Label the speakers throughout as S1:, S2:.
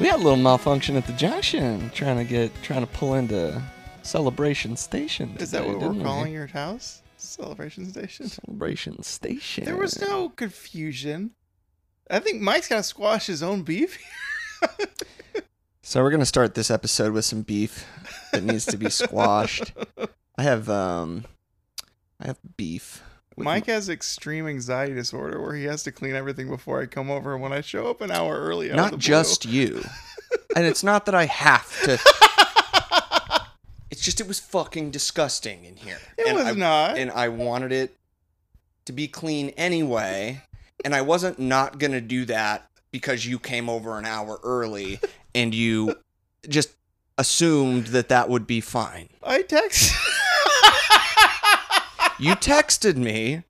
S1: little malfunction at the junction, trying to get trying to pull into Celebration Station.
S2: Is that
S1: today,
S2: what
S1: didn't
S2: we're
S1: we?
S2: calling your house? Celebration Station?
S1: Celebration Station?
S2: There was no confusion. I think Mike's got to squash his own beef.
S1: So we're gonna start this episode with some beef that needs to be squashed. I have um, I have beef. with
S2: Mike has extreme anxiety disorder where he has to clean everything before I come over. And when I show up an hour early, out of the
S1: not
S2: blue-
S1: just you. and it's not that I have to. it's just it was fucking disgusting in here.
S2: It
S1: and
S2: was
S1: I,
S2: not.
S1: And I wanted it to be clean anyway. And I wasn't not gonna do that because you came over an hour early and you just assumed that that would be fine.
S2: I text.
S1: You texted me,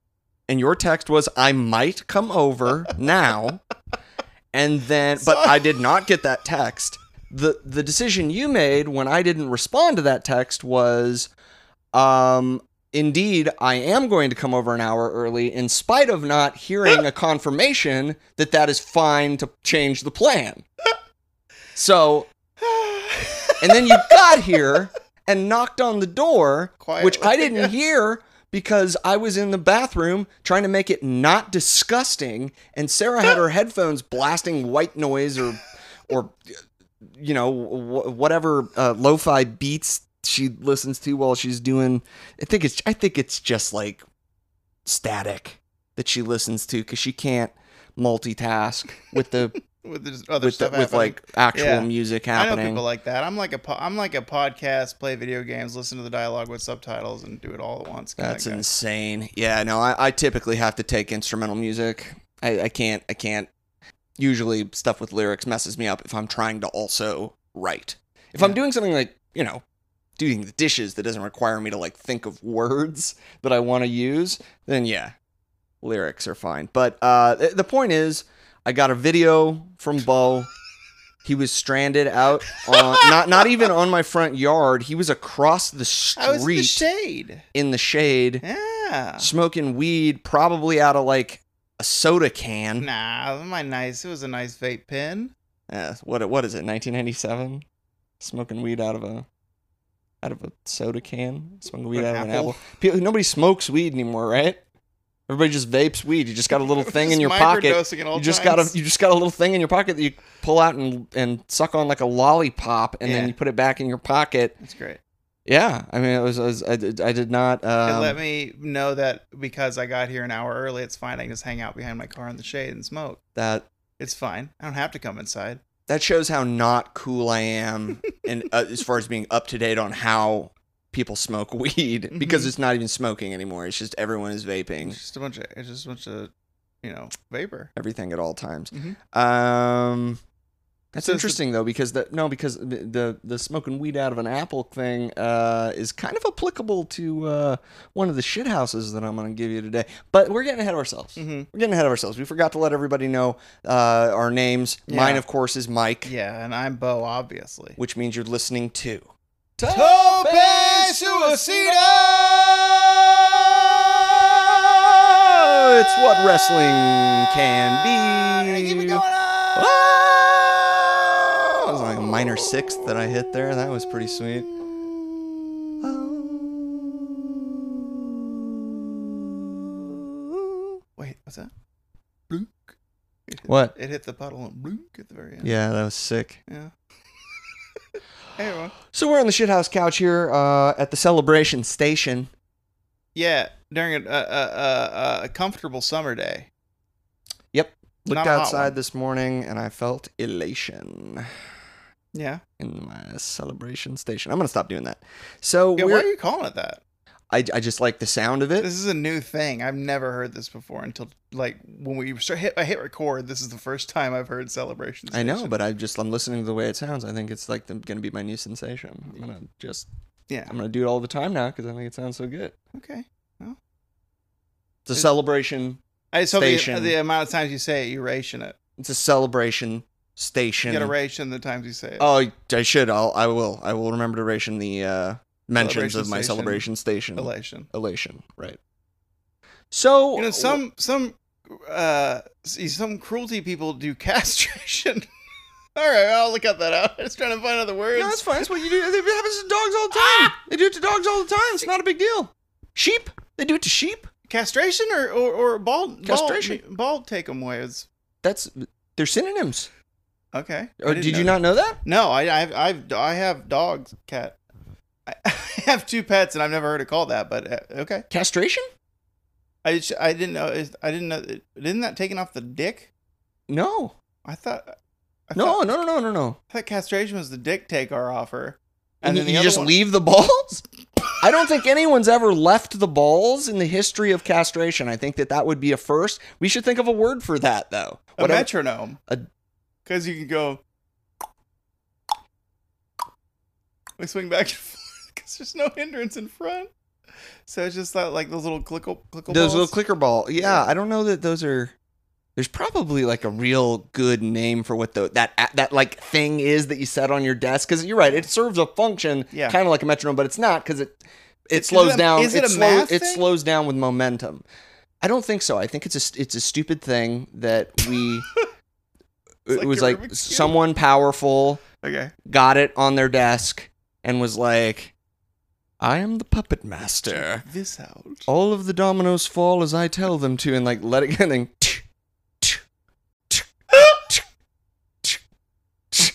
S1: and your text was, "I might come over now," and then, but
S2: So-
S1: I did not get that text. the The decision you made when I didn't respond to that text was, um. Indeed, I am going to come over an hour early in spite of not hearing a confirmation that that is fine to change the plan. So, and then you got here and knocked on the door,
S2: Quiet
S1: which I
S2: like
S1: didn't
S2: that.
S1: hear because I was in the bathroom trying to make it not disgusting, and Sarah had her headphones blasting white noise or, or, you know, wh- whatever uh, lo-fi beats she listens to while she's doing. I think it's I think it's just like static that she listens to because she can't multitask with the
S2: with this other
S1: with, the,
S2: stuff
S1: with
S2: happening.
S1: like actual
S2: Yeah.
S1: music
S2: I
S1: happening.
S2: know people like that. I'm like a po- I'm like a podcast, play video games, listen to the dialogue with subtitles, and do it all at once. kinda
S1: That's
S2: guy.
S1: insane. Yeah, no, I, I typically have to take instrumental music. I, I can't I can't usually stuff with lyrics messes me up if I'm trying to also write. If I'm
S2: Yeah.
S1: doing something like, you know, doing the dishes that doesn't require me to like think of words that I want to use, then yeah, lyrics are fine. But uh th- the point is I got a video from Bo. He was stranded out on not not even on my front yard. He was across the street
S2: I was in the shade.
S1: in the shade,
S2: Yeah.
S1: smoking weed, probably out of like a soda can.
S2: Nah, that was my nice. It was a nice vape pen.
S1: Uh, what what is it? 1997, smoking weed out of a out of a soda can, smoking weed
S2: An
S1: out of an
S2: apple.
S1: apple. People, nobody smokes weed anymore, right? Everybody just vapes weed. You just got a little thing in your pocket. You just got a you just got a little thing in your pocket that you pull out and and suck on like a lollipop, and
S2: Yeah.
S1: then you put it back in your pocket.
S2: That's great.
S1: Yeah, I mean, it was, it was I, did, I did not.
S2: It
S1: Um,
S2: let me know that because I got here an hour early, it's fine. I can just hang out behind my car in the shade and smoke.
S1: that
S2: It's fine. I don't have to come inside.
S1: that shows how not cool I am, and uh, as far as being up to date on how people smoke weed, because
S2: Mhm.
S1: it's not even smoking anymore. It's just everyone is
S2: It's
S1: vaping
S2: just a bunch of it's just a bunch of you know vapor.
S1: everything at all times.
S2: Mhm.
S1: Um, that's
S2: So it's the-
S1: interesting though, because the no, because the, the the smoking weed out of an apple thing uh, is kind of applicable to uh, one of the shit houses that I'm going to give you today. But we're getting ahead of ourselves.
S2: hmm
S1: We're getting ahead of ourselves. We forgot to let everybody know uh, our names.
S2: Yeah.
S1: Mine, of course, is Mike,
S2: Yeah, and I'm Bo, obviously.
S1: which means you're listening to.
S2: Tope
S1: Oh, it's what wrestling can be. Oh, that was like a minor sixth that I hit there. That was pretty sweet.
S2: Wait, what's that?
S1: What?
S2: It hit the puddle and blink at the very end.
S1: Yeah, that was sick.
S2: Yeah. hey everyone.
S1: So we're on the shithouse couch here uh, at the celebration station.
S2: Yeah, during a, a, a, a, a comfortable summer day.
S1: Looked
S2: Not a hot
S1: outside
S2: one.
S1: this morning and I felt elation
S2: Yeah.
S1: in my celebration station. I'm gonna stop doing that. So
S2: Yeah,
S1: we're,
S2: why are you calling it that?
S1: I, I just like the sound of it.
S2: This is a new thing. I've never heard this before until like when we start hit. I hit record. This is the first time I've heard celebrations.
S1: I know, but I just I'm listening to the way it sounds. I think it's like the, gonna be my new sensation. I'm gonna just
S2: Mm. yeah.
S1: I'm gonna do it all the time now because I think it sounds so good.
S2: Okay.
S1: It's a
S2: Is-
S1: celebration.
S2: I just hope the,
S1: Station.
S2: the amount of times you say it, you ration it.
S1: It's a celebration
S2: You
S1: station.
S2: gotta ration the times you say it.
S1: oh, I- I should. I'll I will I will remember to ration the uh, mentions
S2: Celebration
S1: of my
S2: station.
S1: celebration station
S2: Elation.
S1: elation. Right. So
S2: You know, some some uh, see, some cruelty people do castration. All right, I'll look up that out. I was trying to find other words.
S1: No, that's fine. That's what you do. It happens to dogs all the
S2: Ah!
S1: time. They do it to dogs all the time. It's not a big deal. Sheep. They do it to sheep.
S2: Castration or or, or bald
S1: Castration.
S2: Bald, bald take 'em ways.
S1: That's they're synonyms.
S2: Okay. I
S1: Or
S2: didn't
S1: did you
S2: know
S1: not know that?
S2: that. No, I I've, I've I have dogs, cat. I, I have two pets, and I've never heard it called that. But uh, okay,
S1: Castration?
S2: I just, I didn't know. is- I didn't know. Isn't that taking off the dick?
S1: No.
S2: I thought. I
S1: No,
S2: Thought,
S1: no, no, no, no, no.
S2: I thought castration was the dick take our offer.
S1: And
S2: then the
S1: you
S2: other
S1: just
S2: one-
S1: leave the balls? I don't think anyone's ever left the balls in the history of castration. I think that that would be a first. We should think of a word for that, though.
S2: a
S1: Whatever-
S2: metronome.
S1: a-
S2: Because you can go. We swing back and forth because there's no hindrance in front. So it's just that, like those little clickle, clickle
S1: those
S2: balls.
S1: little clicker ball. Yeah,
S2: Yeah.
S1: I don't know that those are. There's probably like a real good name for what the that a- that like thing is that you set on your desk because you're right. It serves a function,
S2: Yeah.
S1: kind of like a metronome, but it's not because it it
S2: Is
S1: slows
S2: it a-
S1: down.
S2: is it a
S1: slow-
S2: math
S1: It
S2: thing?
S1: slows down with momentum. I don't think so. I think it's a st- it's a stupid thing that we. it
S2: like
S1: was
S2: a
S1: like
S2: Rubik's Cube.
S1: someone powerful
S2: Okay.
S1: got it on their desk and was like, "I am the puppet master."
S2: Check This out.
S1: all of the dominoes fall as I tell them to, and like let it go, and then tch, tch, tch, tch, tch, tch.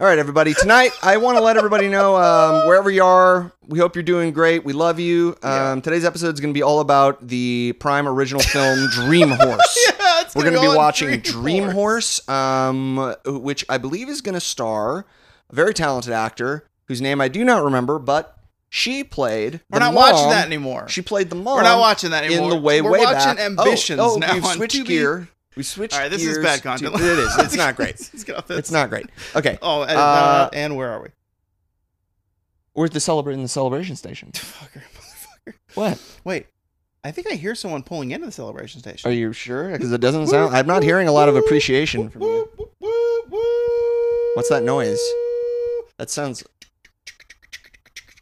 S1: All right, everybody. Tonight, I want to let everybody know um, wherever you are, we hope you're doing great. We love you. Um, Today's episode is going to be all about the Prime original film Dream Horse.
S2: Yeah, it's
S1: We're going to
S2: all
S1: be
S2: in
S1: watching Dream Horse, um, which I believe is going to star a very talented actor whose name I do not remember, but she played.
S2: We're
S1: the
S2: not
S1: mom.
S2: watching that anymore.
S1: She played the mom.
S2: We're not watching that anymore.
S1: in the way
S2: We're
S1: way
S2: watching
S1: back.
S2: Ambitions
S1: oh, oh,
S2: now
S1: We've
S2: on
S1: switched
S2: 2B.
S1: gear. We switched.
S2: All right, this is
S1: gears
S2: bad
S1: to-
S2: content.
S1: it is. It's not great.
S2: Let's get off this.
S1: It's not great. Okay,
S2: Oh, and,
S1: Uh,
S2: and where are we?
S1: we're at the celebrating the celebration station.
S2: Fucker, motherfucker.
S1: What?
S2: Wait, I think I hear someone pulling into the celebration station.
S1: Are you sure? Because it doesn't sound. I'm not hearing a lot of appreciation from you. What's that noise? That sounds.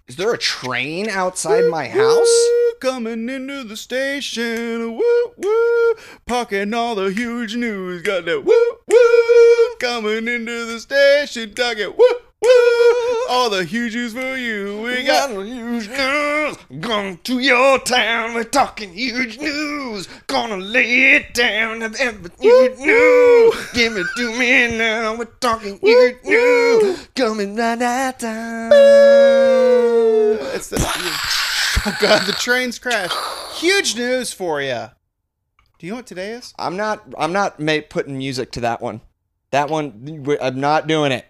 S1: Is there a train outside my house?
S2: Woo, Coming into the station, woo woo, talking all the huge news. Got that woo woo, coming into the station, talking woo woo, all the huge news for you. We got
S1: huge news. Going to your town. We're talking huge news. Gonna lay it down. Have every huge news. Give it to me now. We're talking huge news. Coming right at town.
S2: it's the, oh god, the train's crashed. Huge news for you. Do you know what today is?
S1: I'm not. I'm not ma- putting music to that one. That one. we- I'm not doing it.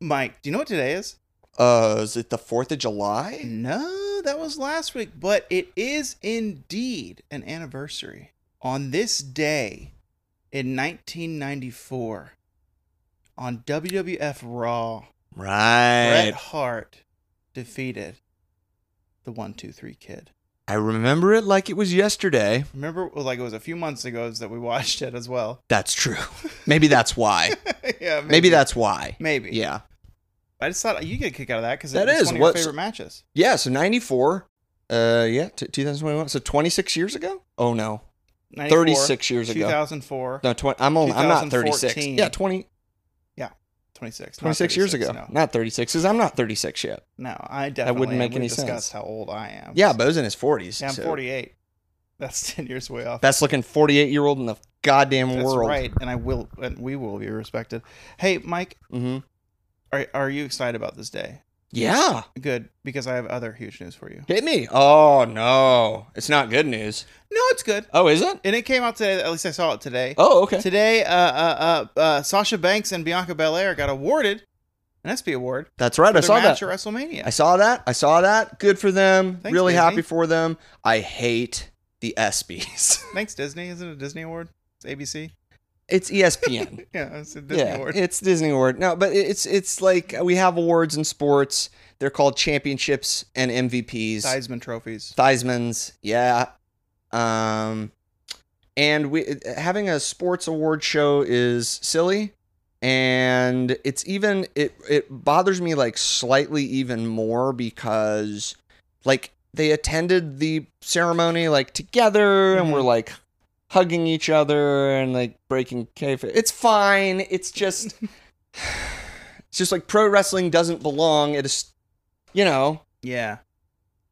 S2: Mike, do you know what today is?
S1: Uh, is it the Fourth of July?
S2: No, that was last week, but it is indeed an anniversary. On this day in 1994, on WWF Raw,
S1: Right.
S2: Bret Hart defeated the 123 Kid.
S1: I remember it like it was yesterday.
S2: Remember, well, like it was a few months ago that we watched it as well.
S1: That's true. Maybe that's why.
S2: yeah, maybe,
S1: Maybe that's why.
S2: maybe.
S1: Yeah.
S2: I just thought you get a kick out of that because
S1: That
S2: it's
S1: is
S2: one of your
S1: what's-
S2: favorite matches.
S1: Yeah. So 94. Uh, yeah. T- 2021. So 26 years ago? Oh, no. 36 years ago.
S2: 2004,
S1: No, tw- I'm only, I'm not 36.
S2: 2014.
S1: Yeah. 20,
S2: 26, not
S1: 26 years
S2: 36,
S1: ago.
S2: No.
S1: Not 36 because I'm not 36 yet.
S2: No, I definitely
S1: wouldn't make
S2: we've
S1: any
S2: discussed
S1: sense.
S2: how old I am.
S1: Yeah. Bo's in his 40s.
S2: Yeah, I'm
S1: so
S2: 48. That's 10 years way off.
S1: Best looking 48 year old in the goddamn
S2: That's
S1: world.
S2: right, and I will, and we will be respected. Hey, Mike,
S1: Mm-hmm.
S2: are are you excited about this day?
S1: Yeah.
S2: Good, because I have other huge news for you.
S1: Hit me. Oh, no. It's not good news.
S2: No, it's good,
S1: Oh, is it?
S2: and it came out today. At least I saw it today.
S1: Oh, okay.
S2: Today, uh, uh, uh, uh, Sasha Banks and Bianca Belair got awarded an ESPY award.
S1: That's right.
S2: for
S1: I
S2: their
S1: saw that.
S2: match at WrestleMania.
S1: I saw that. I saw that. Good for them.
S2: Thanks,
S1: really
S2: Disney.
S1: happy for them. I hate the ESPYs.
S2: Thanks, Disney. Isn't it a Disney award? It's ABC.
S1: it's E ESPN.
S2: Yeah, it's a Disney
S1: yeah,
S2: award.
S1: it's Disney Award. No, but it- it's it's like we have awards in sports. They're called championships and MVPs.
S2: Heisman trophies.
S1: Theismans, yeah. Um, and we having a sports award show is silly, and it's even it it bothers me like slightly even more because like they attended the ceremony like together and
S2: Mhm.
S1: we're like hugging each other and like breaking kayfabe. It's fine. It's just, it's just like pro wrestling doesn't belong. It is, you know,
S2: Yeah.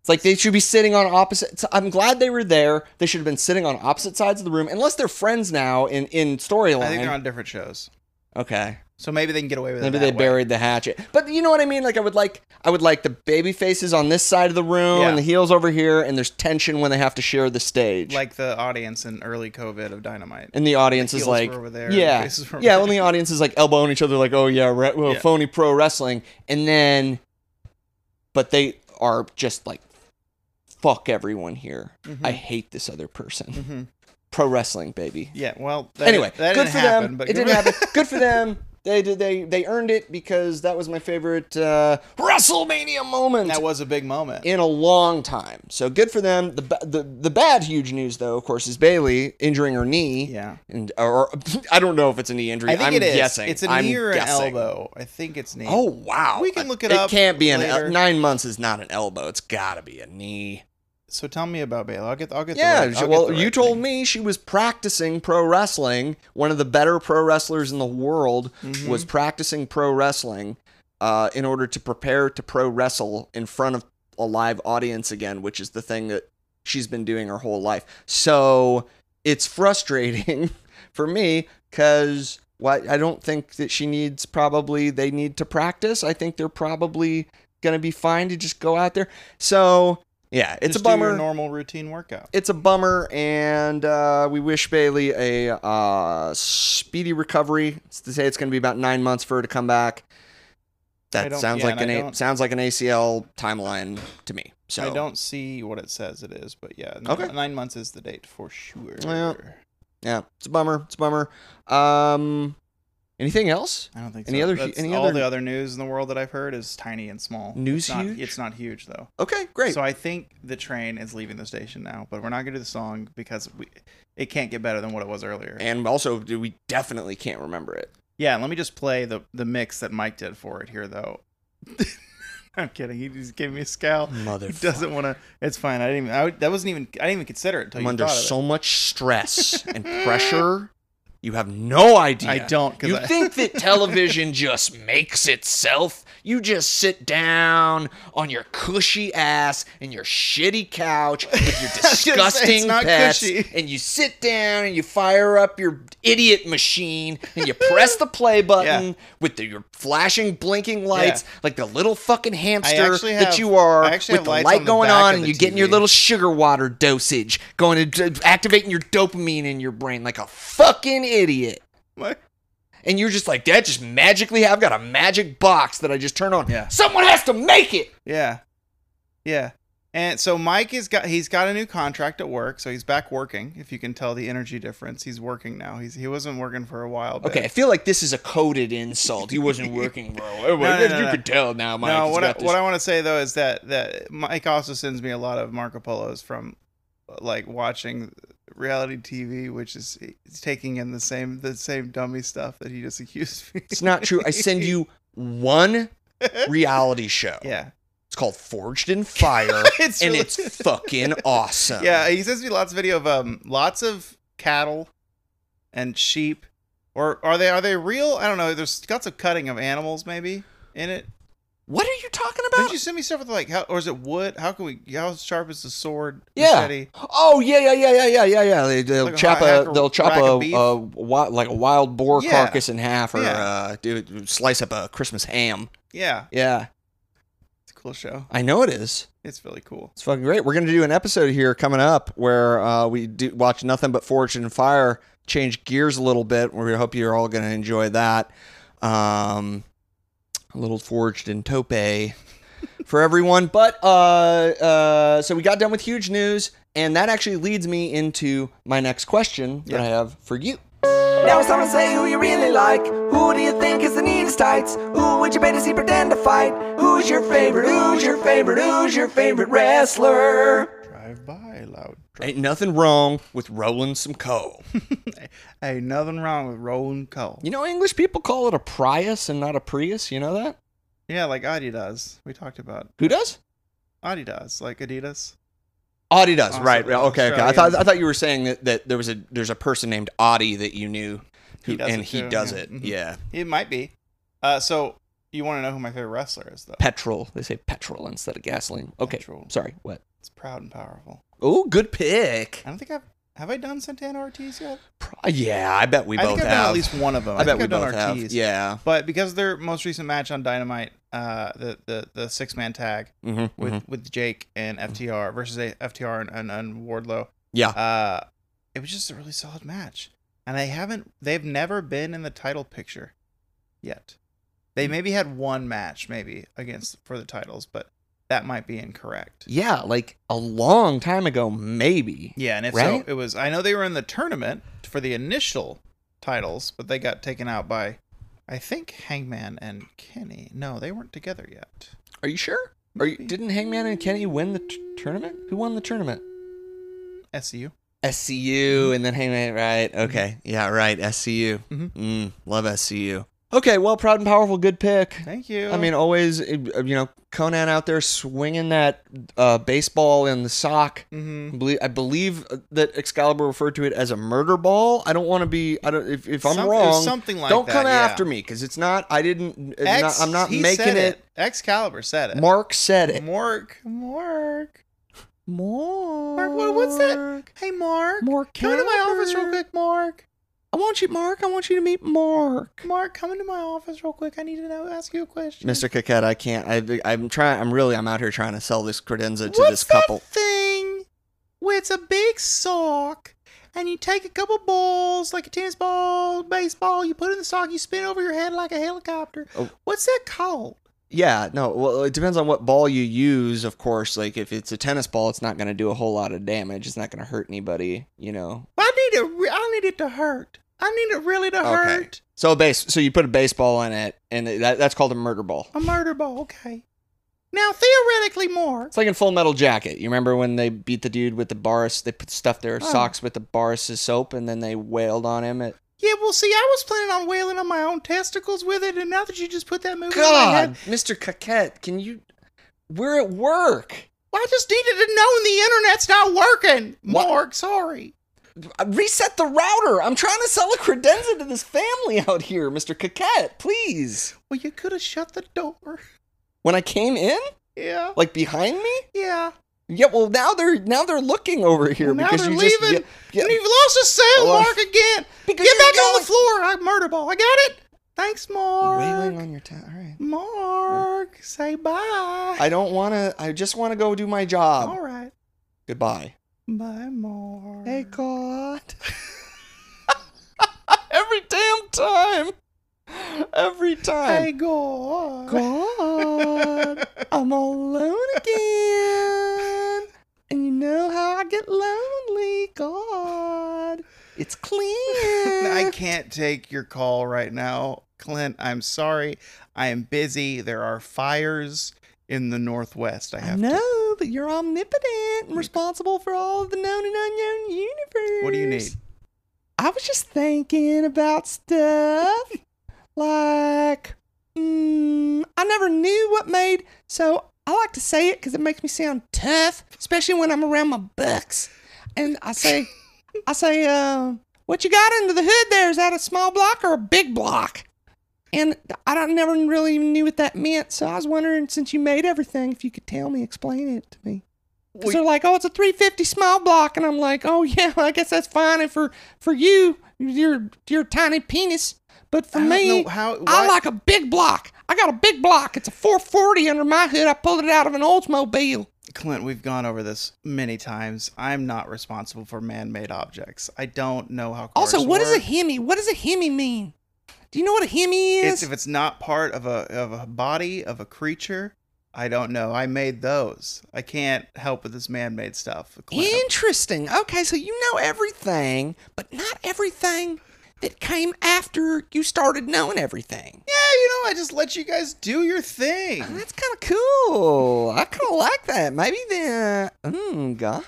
S1: it's like they should be sitting on opposite. so I'm glad they were there. They should have been sitting on opposite sides of the room, unless they're friends now in in
S2: I think they're
S1: storyline.
S2: on different shows.
S1: Okay,
S2: So maybe they can get away with it.
S1: maybe
S2: that
S1: they
S2: way.
S1: buried the hatchet. But you know what I mean. Like I would like I would like the baby faces on this side of the room
S2: Yeah.
S1: and the heels over here, and there's tension when they have to share the stage.
S2: like the audience in early COVID of Dynamite.
S1: and the audience is
S2: Heels
S1: like,
S2: were over there.
S1: yeah,
S2: faces were over
S1: yeah.
S2: there.
S1: When the audience is like elbowing each other, like, oh yeah, re- well,
S2: Yeah.
S1: phony pro wrestling, and then, but they are just like, fuck everyone here.
S2: Mhm.
S1: I hate this other person.
S2: Mhm.
S1: Pro wrestling, baby.
S2: Yeah. Well. That,
S1: anyway,
S2: that
S1: good
S2: didn't
S1: for
S2: happen,
S1: them.
S2: But
S1: it didn't happen. Good for them. They did. They they earned it because that was my favorite uh, WrestleMania moment
S2: That was a big moment.
S1: in a long time. So good for them. The ba- the the bad huge news though, of course, is Bailey injuring her knee
S2: yeah.
S1: and or I don't know if it's a knee injury.
S2: I think
S1: I'm
S2: it is.
S1: guessing.
S2: It's a
S1: I'm
S2: knee or an
S1: guessing.
S2: elbow. I think it's knee.
S1: Oh wow!
S2: We can look it
S1: it
S2: up
S1: can't be an el-
S2: later.
S1: nine months is not an elbow. It's got to be a knee.
S2: So tell me about Baylor. I'll get. I'll get.
S1: yeah.
S2: The right,
S1: she-
S2: I'll
S1: well,
S2: get the
S1: you
S2: right
S1: told
S2: thing.
S1: me she was practicing pro wrestling. One of the better pro wrestlers in the world
S2: Mhm.
S1: was practicing pro wrestling uh, in order to prepare to pro wrestle in front of a live audience again, which is the thing that she's been doing her whole life. So it's frustrating for me because what I don't think that she needs probably they need to practice. I think they're probably gonna be fine to just go out there. So yeah, it's
S2: Just
S1: a
S2: do your
S1: bummer.
S2: normal routine workout.
S1: it's a bummer, and uh, we wish Bailey a uh, speedy recovery. It's to say it's going to be about nine months for her to come back.
S2: I
S1: That
S2: don't-
S1: sounds
S2: yeah,
S1: like
S2: and
S1: an
S2: I
S1: a,
S2: don't-
S1: sounds like an ACL timeline to me. So
S2: I don't see what it says it is, but yeah, n-
S1: Okay.
S2: nine months is the date for sure.
S1: Yeah. Yeah, it's a bummer. It's a bummer. Um, anything else?
S2: I don't think
S1: Any
S2: so.
S1: other hu-
S2: That's
S1: any
S2: all
S1: other-
S2: the other news in the world that I've heard is tiny and small.
S1: News
S2: it's not,
S1: huge?
S2: It's not huge though.
S1: Okay, great.
S2: So I think the train is leaving the station now, but we're not gonna do the song because we, it can't get better than what it was earlier.
S1: and also, do- we definitely can't remember it.
S2: yeah, let me just play the the mix that Mike did for it here though. I'm kidding. He just gave me a scowl.
S1: Mother
S2: He doesn't want to. It's fine. I didn't even. I, that wasn't even. I didn't even consider it until
S1: I'm
S2: you
S1: under
S2: thought of it.
S1: so much stress and pressure. You have no idea.
S2: I don't, 'cause
S1: You
S2: I-
S1: think that television just makes itself? You just sit down on your cushy ass and your shitty couch with your
S2: was gonna say, it's
S1: disgusting
S2: not
S1: pets,
S2: cushy.
S1: and you sit down and you fire up your idiot machine and you press the play button
S2: Yeah.
S1: with the, your flashing blinking lights like the little fucking hamster
S2: actually
S1: that
S2: have-
S1: you are
S2: I
S1: with
S2: actually have
S1: the
S2: lights
S1: light
S2: on the
S1: going
S2: back
S1: on
S2: of
S1: and
S2: the
S1: you're getting your
S2: TV.
S1: little sugar water dosage going to d- activating your dopamine in your brain like a fucking idiot
S2: What?
S1: and you're just like that just magically i've got a magic box that i just turn on
S2: Yeah.
S1: someone has to make it
S2: Yeah. Yeah. And so Mike has got he's got a new contract at work, so he's back working. If you can tell the energy difference, he's working now. He's he wasn't working for a while. But
S1: okay i feel like this is a coded insult he wasn't working bro
S2: no,
S1: you
S2: no, no.
S1: could tell now mike
S2: no,
S1: he's
S2: what I,
S1: got this-
S2: what I want to say though is that that Mike also sends me a lot of Marco Polos from like watching reality TV, which is it's taking in the same the same dummy stuff that he just accused me.
S1: it's not true i send you one reality show
S2: yeah,
S1: it's called forged in fire
S2: it's
S1: and
S2: really-
S1: it's fucking awesome
S2: Yeah, he sends me lots of video of um lots of cattle and sheep. Or are they are they real? I don't know. There's lots of cutting of animals maybe in it.
S1: what are you talking
S2: Did
S1: about
S2: you send me stuff with like how or is it wood? How can we how sharp is the sword?
S1: Yeah.
S2: Machete?
S1: Oh yeah, yeah, yeah, yeah, yeah, yeah, yeah. They, they'll
S2: Like a
S1: chop
S2: hot
S1: a,
S2: hack or
S1: they'll chop
S2: rack
S1: a,
S2: of beef?
S1: a wi- like a wild boar
S2: Yeah.
S1: carcass in half, or
S2: Yeah.
S1: uh, do, slice up a Christmas ham.
S2: Yeah.
S1: Yeah,
S2: It's a cool show.
S1: I know it is.
S2: It's really cool.
S1: It's fucking great. We're gonna do an episode here coming up where uh, we do watch nothing but Forge and Fire. Change gears a little bit. We hope you're all gonna enjoy that. Um, a little forged in tope for everyone. But uh, uh, so we got done with huge news, and that actually leads me into my next question that
S2: Yeah.
S1: I have for you.
S3: Now it's time to say who you really like. Who do you think is the neatest tights? Who would you pay to see pretend to fight? Who's your favorite? Who's your favorite? Who's your favorite wrestler?
S2: Drive by loud. Drive.
S1: Ain't nothing wrong with rolling some coal.
S2: Ain't nothing wrong with rolling coal.
S1: you know, English people call it a Prius and not a Prius. You know that?
S2: Yeah, like Adi does. We talked about
S1: Who does?
S2: Adi does, like Adidas.
S1: Audie does, right?
S2: Possibly.
S1: right, Okay, okay. I
S2: Australian.
S1: thought I thought you were saying that, that there was a there's a person named Audie that you knew, who,
S2: He does
S1: and
S2: it
S1: he
S2: too,
S1: does
S2: yeah.
S1: it.
S2: Mhm.
S1: Yeah,
S2: It might be. Uh, so you want to know who my favorite wrestler is, though?
S1: petrol. They say petrol instead of gasoline. Okay,
S2: Petrol.
S1: sorry. What?
S2: It's proud and powerful.
S1: Oh, good pick.
S2: I don't think I've have I done Santana Ortiz yet.
S1: Pro- Yeah, I bet we
S2: I
S1: both
S2: think I've
S1: have.
S2: done at least one of them.
S1: I,
S2: I,
S1: bet
S2: think
S1: we
S2: I've
S1: both
S2: done
S1: have.
S2: Ortiz.
S1: Yeah.
S2: But because of their most recent match on Dynamite, uh, the the, the six man tag
S1: Mhm,
S2: with,
S1: mhm.
S2: with Jake and FTR versus a- FTR and, and, and Wardlow,
S1: Yeah.
S2: uh, it was just a really solid match. And they haven't, they've never been in the title picture yet. They
S1: Mm.
S2: maybe had one match, maybe against for the titles, but that might be incorrect.
S1: Yeah, like a long time ago, maybe.
S2: Yeah, and if
S1: Right?
S2: so, it was. I know they were in the tournament for the initial titles, but they got taken out by, I think Hangman and Kenny. No, they weren't together yet.
S1: Are you sure? Are you, didn't Hangman and Kenny win the t- tournament? Who won the tournament?
S2: SU. Mm-hmm.
S1: SCU and then Hangman, right? Okay, yeah, right. SCU.
S2: Mhm.
S1: Mm, love SCU. Okay, well, proud and powerful, good pick.
S2: Thank you.
S1: I mean, always, uh, you know, Conan out there swinging that uh, baseball in the sock.
S2: hmm
S1: I believe- I believe uh, that Excalibur referred to it as a murder ball. I don't want to be. I don't. If, if I'm
S2: Some-
S1: wrong,
S2: something like
S1: don't
S2: that,
S1: come
S2: yeah.
S1: after me because it's not. I didn't. it's
S2: Ex,
S1: not- I'm not
S2: he
S1: making
S2: said
S1: it.
S2: Excalibur said it.
S1: Mark said it.
S2: Mark. Mark.
S1: Mark.
S2: what- what's that? Hey, Mark.
S1: Mark.
S2: Come into my office real
S1: Cameron.
S2: quick, Mark.
S1: I want you, Mark. I want you to meet Mark.
S2: Mark, come into my office real quick. I need to know, ask you a question.
S1: Mr. Caquette, I can't. I, I'm trying. I'm really. I'm out here trying to sell this credenza to
S2: What's
S1: this couple.
S2: that thing? Where it's a big sock, and you take a couple balls, like a tennis ball, baseball. You put it in the sock. You spin over your head like a helicopter.
S1: Oh.
S2: What's that called?
S1: Yeah, no. Well, it depends on what ball you use, of course. Like if it's a tennis ball, it's not going to do a whole lot of damage. It's not going to hurt anybody, you know.
S2: I need it. Re- I need it to hurt. I need it really to hurt.
S1: So a base. So you put a baseball in it, and that, that's called a murder ball.
S2: A murder ball. Okay. Now theoretically, Mark.
S1: It's like in Full Metal Jacket. You remember when they beat the dude with the Boris? They put stuffed their
S2: Oh.
S1: socks with the Boris's soap, and then they wailed on him. At,
S2: Yeah. Well, see, I was planning on wailing on my own testicles with it, and now that you just put that movie in my head,
S1: God, Mr. Caquette, can you? We're at work.
S2: well, I just needed to know the internet's not working.
S1: What?
S2: Mark, sorry.
S1: Reset the router. I'm trying to sell a credenza to this family out here, Mr. Caquette. Please.
S2: Well, you could have shut the door.
S1: When I came in.
S2: Yeah.
S1: like behind me
S2: Yeah.
S1: yeah well now they're now they're looking over here
S2: Well, now
S1: because
S2: they're
S1: you
S2: leaving.
S1: just yeah,
S2: And
S1: yeah,
S2: you've lost a sound
S1: Hold on.
S2: mark again.
S1: because
S2: Get
S1: you're
S2: back on
S1: going-
S2: the floor. I murder ball. I got it. Thanks, Mark.
S1: wailing on your town all right
S2: Mark, say bye.
S1: i um, don't want to i just want to go do my job
S2: All right.
S1: goodbye
S2: Bye, Mark.
S1: god every damn time every time
S2: Hey, God.
S1: god i'm all alone again and you know how i get lonely god it's clean
S2: I can't take your call right now. Clint, I'm sorry. I am busy. There are fires in the Northwest. I
S1: I
S2: have
S1: know,
S2: to.
S1: but you're omnipotent and responsible for all of the known and unknown universe.
S2: What do you need?
S1: I was just thinking about stuff like, mm, I never knew what made, so I like to say it because it makes me sound tough, especially when I'm around my bucks. And I say, I say, uh, what you got under the hood there? Is that a small block or a big block? And I don't never really even knew what that meant, so I was wondering since you made everything, if you could tell me, explain it to me. 'Cause
S2: Well,
S1: they're like, oh, it's a 350 small block, and I'm like, oh yeah, I guess that's fine. And for for you, your your tiny penis, but for
S2: I don't
S1: me,
S2: know how- why-
S1: I like a big block. I got a big block. It's a 440 under my hood. I pulled it out of an Oldsmobile.
S2: Clint, we've gone over this many times. I'm not responsible for man-made objects. I don't know how. Cars
S1: Also, what is a
S2: work.
S1: hemi? What does a hemi mean? Do you know what a hemi is?
S2: It's if it's not part of a of a body of a creature. I don't know. I made those. I can't help with this man-made stuff. Clint.
S1: Interesting. Okay, so you know everything, but not everything that came after you started knowing everything.
S2: Yeah, you know, I just let you guys do your thing.
S1: Oh, That's kind of cool. I kind of like that. Maybe the mm, God.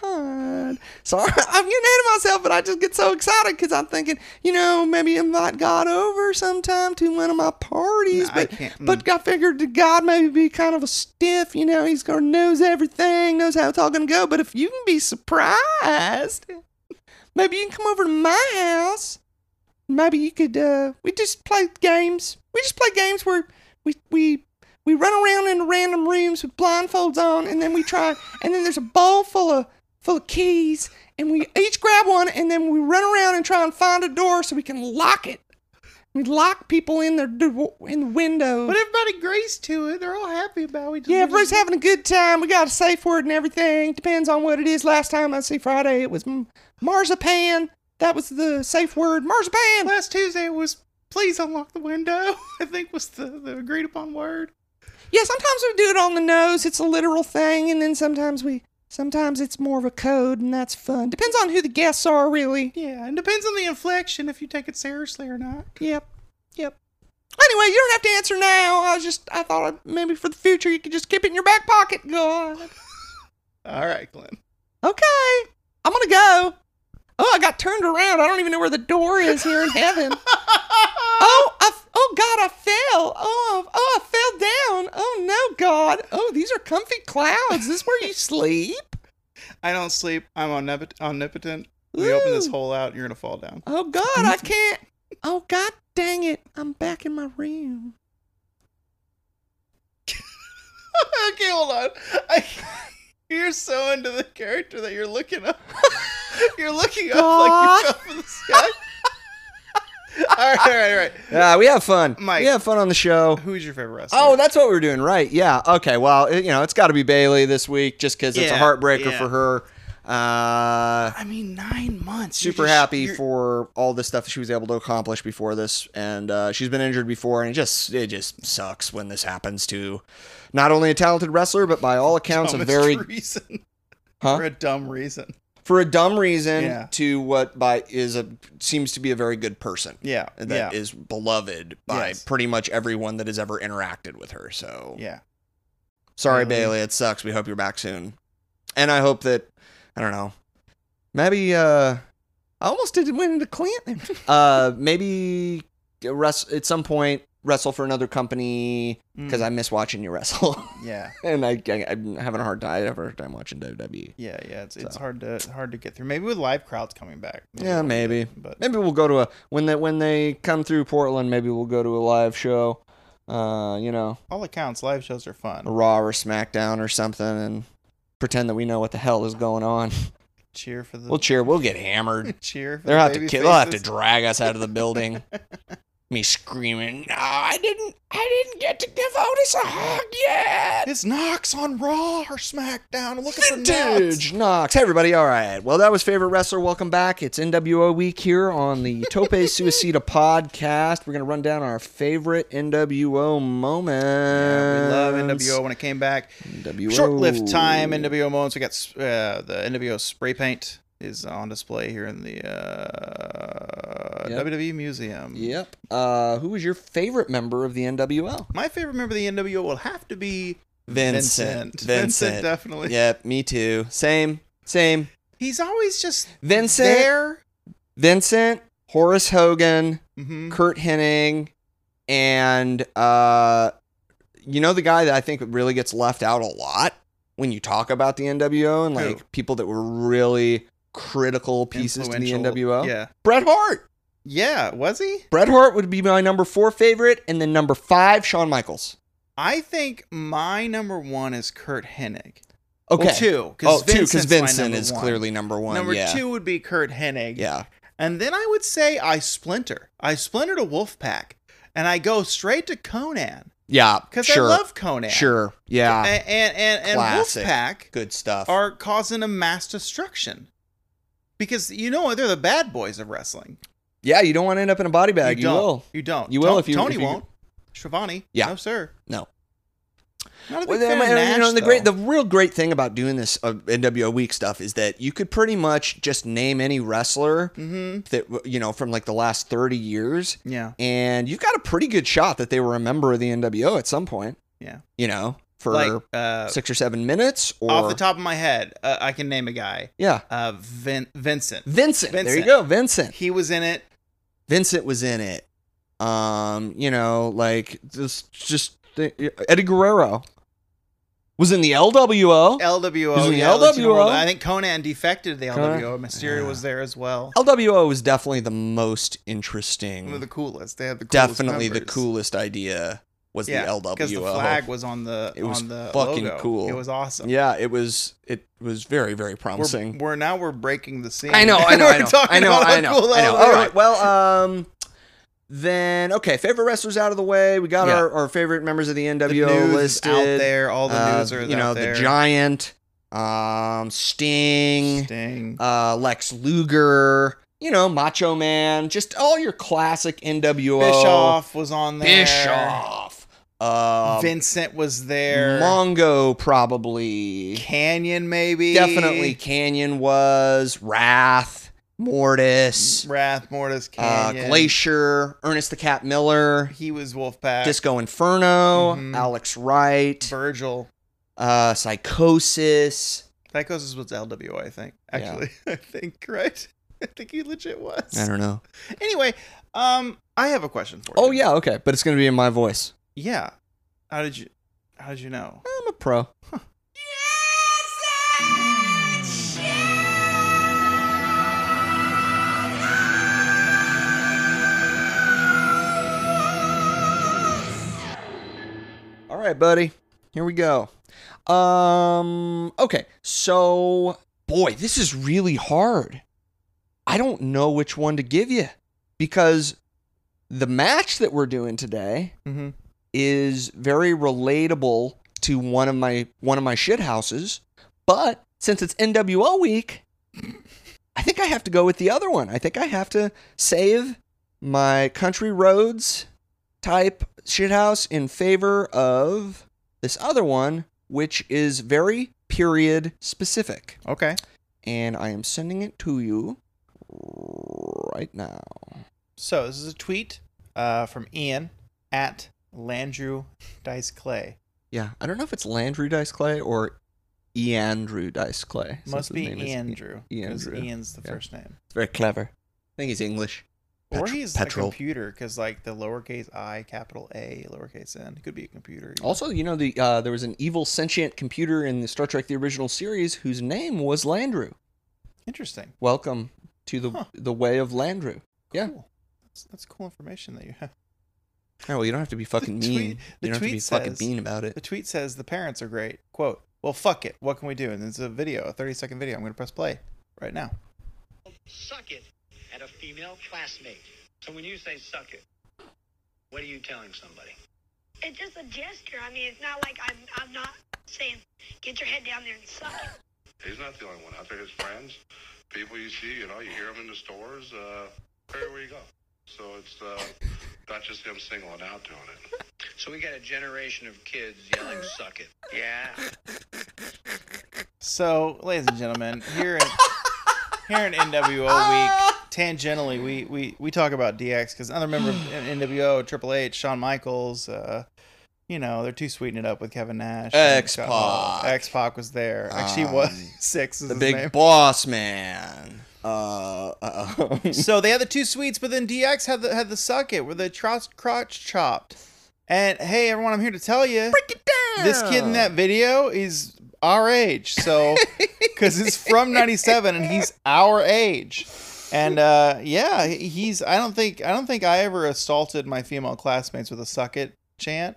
S1: Sorry, I'm getting ahead of myself, but I just get so excited because I'm thinking, you know, maybe invite God over sometime to one of my parties.
S2: No, I
S1: but
S2: can't. mm.
S1: but I figured that God maybe be kind of a stiff. You know, he's gonna knows everything, knows how it's all gonna go. But if you can be surprised, maybe you can come over to my house. Maybe you could. uh We just play games. We just play games where we we we run around in random rooms with blindfolds on, and then we try. And then there's a bowl full of full of keys, and we each grab one, and then we run around and try and find a door so we can lock it. We lock people in their do- in the window.
S2: But everybody agrees to it. They're all happy about it. We just-
S1: Yeah,
S2: we just-
S1: everybody's having a good time. We got a safe word and everything. Depends on what it is. Last time I see Friday, it was m- marzipan. That was the safe word, marzipan.
S2: Last Tuesday was please unlock the window. I think was the, the agreed upon word.
S1: Yeah, sometimes we do it on the nose. It's a literal thing, and then sometimes we sometimes it's more of a code, and that's fun. Depends on who the guests are, really.
S2: Yeah, and depends on the inflection if you take it seriously or not.
S1: Yep. Yep. Anyway, you don't have to answer now. I was just I thought I'd- maybe for the future you could just keep it in your back pocket. God.
S2: All right, Glenn.
S1: Okay. I'm gonna go. Oh, I got turned around. I don't even know where the door is here in heaven. Oh, I, f- oh God, I fell. Oh, I- oh, I fell down. Oh no, God. Oh, these are comfy clouds. Is this where you sleep?
S2: I don't sleep. I'm omnipot- omnipotent. We open this
S1: Ooh.
S2: hole out, you're gonna fall down.
S1: Oh God, I can't. Oh God, dang it! I'm back in my room.
S2: okay, hold on. I, you're so into the character that you're looking up. you're looking up like you fell from the sky. all right, all right, all right.
S1: Yeah, we have fun.
S2: Mike.
S1: We have fun on the show.
S2: Who's your favorite wrestler?
S1: Oh, that's what we are doing, right? Yeah. Okay. Well, it, you know, it's got to be Bailey this week, just because it's a
S2: Yeah,
S1: heartbreaker
S2: yeah.
S1: for her. Uh,
S2: I mean, nine months. You're
S1: super
S2: just-
S1: happy
S2: you're-
S1: for all the stuff she was able to accomplish before this and uh, she's been injured before and it just it just sucks when this happens to not only a talented wrestler but by all accounts a
S2: dumbest
S1: very
S2: Oh, reason
S1: Huh?
S2: for a dumb reason.
S1: for a dumb reason
S2: Yeah.
S1: to what by is a seems to be a very good person
S2: Yeah,
S1: that is
S2: yeah,
S1: beloved by
S2: Yes.
S1: pretty much everyone that has ever interacted with her so
S2: yeah.
S1: sorry
S2: Mhm.
S1: bailey it sucks we hope you're back soon and i hope that i don't know maybe uh i almost did went into clint there. uh maybe rest at some point wrestle for another company because i miss watching you wrestle
S2: Mm, yeah,
S1: and I, I i'm having a hard time i have a hard time watching E. wwe
S2: yeah, yeah. It's, it's
S1: So.
S2: hard to hard to get through. Maybe with live crowds coming back.
S1: Yeah,
S2: we'll
S1: maybe.
S2: get- But
S1: maybe we'll go to a when they when they come through portland maybe we'll go to a live show uh you know
S2: all accounts, live shows are
S1: a
S2: fun.
S1: raw or smackdown or something and pretend that we know what the hell is going on
S2: Cheer for the
S1: we'll cheer we'll get hammered
S2: cheer. For
S1: They'll
S2: the
S1: have to
S2: baby
S1: ki- they'll have to
S2: faces.
S1: drag us out of the building. Me screaming, "No, I didn't! I didn't get to give Otis a hug yet."
S2: It's Knox on Raw or SmackDown. Look at the Knox.
S1: Vintage Knox. Hey, everybody, all right. Well, that was favorite wrestler. Welcome back. It's NWO week here on the Tope Suicida podcast. We're gonna run down our favorite NWO moments.
S2: Yeah, we love NWO when it came back.
S1: NWO.
S2: Short-lived time NWO moments. We got uh, the NWO spray paint is on display here in the uh,
S1: Yep.
S2: WWE Museum.
S1: Yep. Uh, who was your favorite member of the NWO?
S2: My favorite member of the NWO will have to be
S1: Vincent.
S2: Vincent. Vincent, definitely.
S1: Yep. Me too. Same. Same.
S2: He's always just
S1: Vincent,
S2: there.
S1: Vincent, Horace Hogan,
S2: hmm
S1: Kurt Hennig, and uh, you know the guy that I think really gets left out a lot when you talk about the NWO and
S2: Who?
S1: like people that were really critical pieces to the NWO.
S2: Yeah.
S1: Bret Hart.
S2: Yeah, was he?
S1: Bret Hart would be my number four favorite, and then number five, Shawn Michaels.
S2: I think my number one is Kurt Hennig.
S1: Okay.
S2: Well, two.
S1: Oh, two, because
S2: Vincent's my
S1: Vincent
S2: number
S1: is
S2: one.
S1: clearly number one.
S2: Number
S1: yeah.
S2: two would be Kurt Hennig.
S1: Yeah.
S2: And then I would say I splinter. I splinter to Wolfpack. And I go straight to Conan.
S1: Yeah.
S2: Because
S1: sure.
S2: I love Conan.
S1: Sure. Yeah.
S2: A- And and, and,
S1: Classic.
S2: Wolfpack
S1: Good stuff.
S2: are causing a mass destruction. Because you know what? They're the bad boys of wrestling.
S1: yeah, you don't want to end up in a body bag. Uh, You,
S2: don't.
S1: will.
S2: You don't.
S1: You will
S2: Ton-
S1: if you-
S2: Tony
S1: if you-
S2: won't. Shivani.
S1: Yeah.
S2: No, sir.
S1: No.
S2: Not a
S1: Well,
S2: big fan
S1: then,
S2: of
S1: and, you know,
S2: Nash,
S1: the great,
S2: though.
S1: the real great thing about doing this uh, NWO week stuff is that you could pretty much just name any wrestler
S2: Mm-hmm.
S1: that w- you know from like the last thirty years,
S2: yeah,
S1: and you've got a pretty good shot that they were a member of the NWO at some point.
S2: Yeah.
S1: you know, for
S2: like uh,
S1: six or seven minutes, or
S2: off the top of my head, uh, I can name a guy,
S1: yeah,
S2: uh, Vin- Vincent.
S1: Vincent. There you
S2: Vincent.
S1: go, Vincent.
S2: He was in it.
S1: Vincent was in it. Um, you know, like this, just the, Eddie Guerrero was in the LWO.
S2: LWO.
S1: He's in the
S2: yeah, Legend of
S1: LWO.
S2: World. I think Conan defected the
S1: Conan?
S2: LWO. Mysterio was there as well.
S1: LWO was definitely the most
S2: One
S1: interesting.
S2: of the coolest. They had the coolest
S1: definitely the
S2: members.
S1: coolest idea was
S2: Yeah,
S1: the LWO.
S2: because the flag was on the
S1: It was
S2: on the
S1: fucking
S2: logo.
S1: cool.
S2: It was awesome.
S1: Yeah, it was. It was very very
S2: we're,
S1: promising.
S2: we're now we're breaking the scene.
S1: I know, I know,
S2: We're
S1: I know,
S2: talking
S1: I know,
S2: about
S1: I
S2: how
S1: know,
S2: cool
S1: I know.
S2: LWO
S1: All right, well, um, then okay, favorite wrestlers out of the way. We got
S2: Yeah.
S1: our, our favorite members of the NWO
S2: The news is
S1: listed.
S2: out there. All the
S1: Uh,
S2: news are
S1: you know
S2: out there.
S1: the Giant, um, Sting,
S2: Sting.
S1: uh, Lex Luger. You know Macho Man, just all your classic NWO.
S2: Bischoff was on there.
S1: Bischoff. Um,
S2: Vincent was there.
S1: Mongo probably.
S2: Canyon maybe.
S1: Definitely Canyon was. Wrath. Mortis.
S2: Wrath Mortis
S1: Uh,
S2: Mm, Canyon.
S1: Glacier. Ernest the Cat Miller.
S2: He was Wolfpack.
S1: Disco Inferno.
S2: Mhm.
S1: Alex Wright.
S2: Virgil.
S1: Uh, Psychosis.
S2: Psychosis was LWO, I think.
S1: Yeah.
S2: Actually, I think right. I think he legit was.
S1: I don't know.
S2: Anyway, um, I have a question for you.
S1: Oh, yeah, okay. But it's going to be in my voice.
S2: Yeah. How did you? How did you know?
S1: I'm a pro. All right, buddy. Here we go. Um okay. So, boy, this is really hard. I don't know which one to give you because the match that we're doing today
S2: Mm-hmm.
S1: is very relatable to one of my one of my shit houses, but since it's NWO week, I think I have to go with the other one. I think I have to save my country roads type shit house in favor of this other one, which is very period specific.
S2: Okay.
S1: And I am sending it to you right now.
S2: So this is a tweet uh, from Ian at Landrew Dice Clay.
S1: Yeah, I don't know if it's Landrew Dice Clay or Eandrew Dice Clay. since
S2: Must
S1: his
S2: be
S1: name is
S2: Andrew.
S1: Ian-
S2: Because
S1: Iandrew.
S2: Ian's the
S1: Yeah.
S2: first name.
S1: It's very clever. I think he's English.
S2: or
S1: Petr-
S2: he's
S1: petrol.
S2: a computer because like the lowercase i, capital A, lowercase n. It could be a computer. even.
S1: Also, you know, the uh, there was an evil sentient computer in the Star Trek: The Original Series whose name was Landrew.
S2: Interesting.
S1: Welcome to the
S2: Huh.
S1: the way of Landrew. Yeah.
S2: Cool. That's, that's cool information that you have.
S1: Oh, well, you don't have to be fucking
S2: The
S1: mean.
S2: tweet- the
S1: you don't have to
S2: tweet
S1: be fucking
S2: says-
S1: mean about
S2: The
S1: it.
S2: tweet says the parents are great. Quote, well, fuck it. What can we do? And it's a video, a 30 second video. I'm going to press play right now.
S4: suck it at a female classmate. So when you say suck it, what are you telling somebody?
S5: It's just a gesture. I mean, it's not like I'm. I'm not saying get your head down there and suck it.
S6: He's not the only one out there. His friends, people you see, you know, you hear them in the stores, uh, everywhere you go. So it's uh, not just him singling out doing it.
S4: So we got a generation of kids yelling suck it. Yeah.
S2: So, ladies and gentlemen, here in, here in NWO week, tangentially, we, we, we talk about DX because another member of N- NWO, Triple H, Shawn Michaels, uh, you know, they're too sweetening it up with Kevin Nash. and Scott Hall.
S1: X-Pac. Um,
S2: X-Pac was there. Actually, he was. Six is
S1: The
S2: his
S1: big
S2: name.
S1: boss man. Uh, uh,
S2: so they had the two sweets, but then DX had the had the suck it where the trot, crotch chopped. And hey, everyone, I'm here to tell you, this kid in that video is our age. So, because it's from '97 and he's our age. And uh, yeah, he- he's. I don't think I don't think I ever assaulted my female classmates with a suck it chant.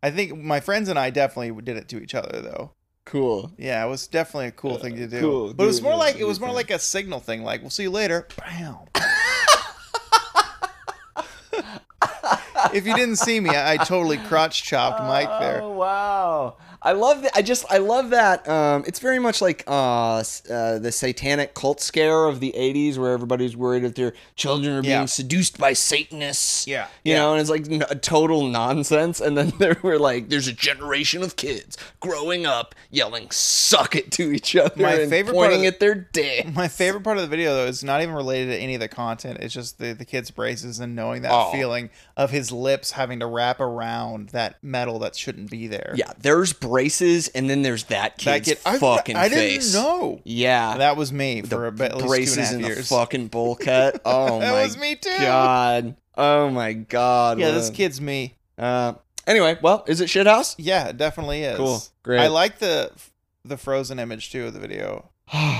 S2: I think my friends and I definitely did it to each other though.
S1: cool.
S2: Yeah, it was definitely a cool thing to do.
S1: Uh, cool,
S2: But it was
S1: good,
S2: more
S1: yeah,
S2: like
S1: good
S2: it was more
S1: thing.
S2: like a signal thing. Like we'll see you later. Bam. if you didn't see me, I, I totally crotch chopped Mike there.
S1: Oh, wow. I love that. I just I love that. Um, it's very much like uh, s- uh, the satanic cult scare of the '80s, where everybody's worried that their children are being
S2: Yeah.
S1: seduced by Satanists.
S2: Yeah,
S1: you
S2: yeah.
S1: know, and it's like n- total nonsense. And then there were like, there's a generation of kids growing up yelling "suck it" to each other
S2: My
S1: and
S2: favorite part of
S1: pointing
S2: the-
S1: at their dick.
S2: My favorite part of the video though is not even related to any of the content. It's just the, the kid's braces and knowing that
S1: Oh.
S2: feeling of his lips having to wrap around that metal that shouldn't be there.
S1: Yeah, there's braces, and then there's that kid's
S2: that kid. I,
S1: fucking
S2: I didn't
S1: face.
S2: know.
S1: Yeah,
S2: That was me for about at least
S1: braces
S2: two and a half
S1: and
S2: years.
S1: the fucking bowl cut. Oh
S2: That
S1: my
S2: was me too.
S1: god. Oh my god.
S2: Yeah, this
S1: Uh,
S2: kid's me.
S1: Uh, anyway, well, is it shit house?
S2: Yeah, it definitely is.
S1: Cool. Great.
S2: I like the the frozen image too of the video.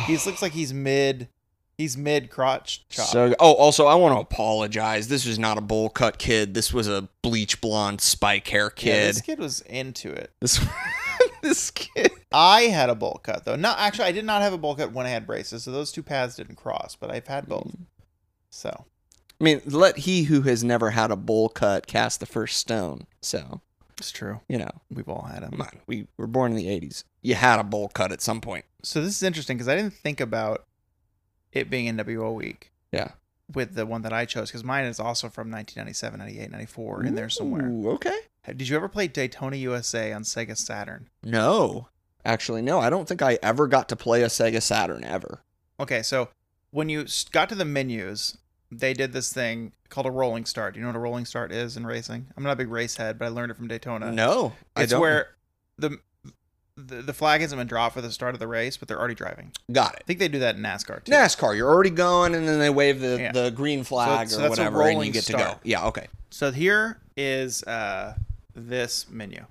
S2: He looks like he's mid he's mid crotch chop.
S1: So, oh, also, I want to apologize. This was not a bowl cut kid. This was a bleach blonde spike hair
S2: Yeah,
S1: kid.
S2: this kid was into it.
S1: this, this kid.
S2: I had a bowl cut though. No, actually, I did not have a bowl cut when I had braces, so those two paths didn't cross. But I've had both. So
S1: I mean, let he who has never had a bowl cut cast the first stone. So,
S2: it's true.
S1: you know,
S2: We've all had them.
S1: come on. We were born in the 80s. You had a bowl cut at some point.
S2: So this is interesting because I didn't think about it being NWO week.
S1: Yeah.
S2: With the one that I chose because mine is also from 1997, 98, 94 in there somewhere.
S1: Ooh, okay.
S2: Did you ever play Daytona USA on Sega Saturn?
S1: No. Actually, no. I don't think I ever got to play a Sega Saturn ever.
S2: Okay, so when you s- got to the menus, they did this thing called a rolling start. Do you know what a rolling start is in racing? I'm not a big race head, but I learned it from Daytona.
S1: No. I
S2: It's
S1: don't.
S2: where the, the the flag hasn't been dropped for the start of the race, but they're already driving.
S1: Got
S2: I
S1: it.
S2: think they do that in NASCAR too.
S1: NASCAR, you're already going, and then they wave the,
S2: Yeah.
S1: the green flag
S2: so
S1: or
S2: that's a
S1: whatever, and
S2: rolling
S1: you get to
S2: start.
S1: go. Yeah, okay.
S2: So here is uh, this menu.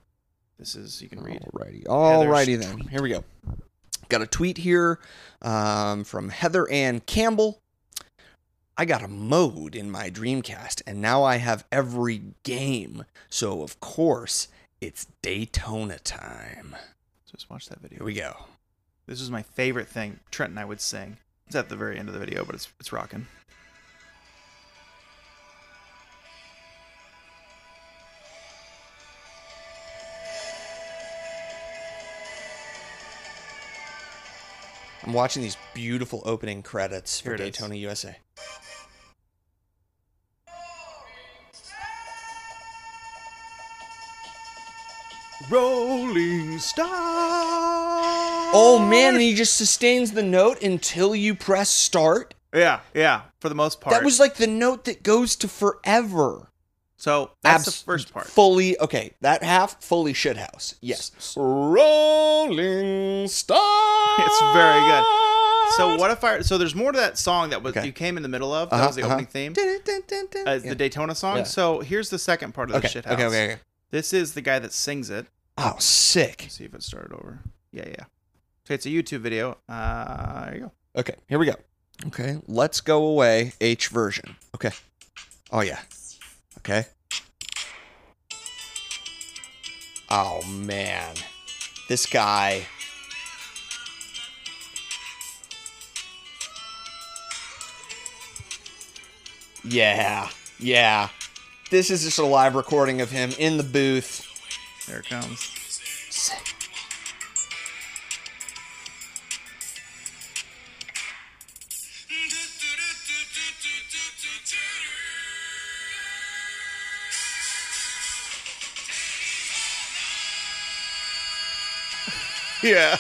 S2: This is you can read.
S1: Alrighty.
S2: Heather's
S1: Alrighty then. Here we go. Got a tweet here um, from Heather Ann Campbell. I got a mode in my Dreamcast, and now I have every game. So, of course, it's Daytona time.
S2: Just watch that video.
S1: Here we go.
S2: This is my favorite thing. Trent and I would sing. It's at the very end of the video, but it's it's rocking.
S1: I'm watching these beautiful opening credits
S2: Here
S1: for
S2: it is.
S1: Daytona USA.
S2: Rolling Star.
S1: Oh man, and he just sustains the note until you press start.
S2: Yeah, yeah. For the most part.
S1: That was like the note that goes to forever.
S2: so. That's
S1: Abs-
S2: the first part.
S1: Fully okay. That half fully shit house. Yes. Rolling star.
S2: It's very good. So what if I? So there's more to that song that was
S1: Okay.
S2: you came in the middle of. That
S1: Uh-huh,
S2: was the
S1: uh-huh.
S2: opening theme. Uh, it's
S1: Yeah.
S2: The Daytona song.
S1: Yeah.
S2: So here's the second part of the
S1: okay.
S2: shit house.
S1: okay. Okay. Okay.
S2: This is the guy that sings it.
S1: Oh, sick.
S2: Let's see if it started over. Yeah, yeah. So it's a YouTube video. Uh, there you go.
S1: Okay. Here we go. Okay. Let's go away. H version. Okay. Oh yeah. Okay. Oh man, this guy. Yeah, yeah. This is just a live recording of him in the booth.
S2: There it comes. Yeah.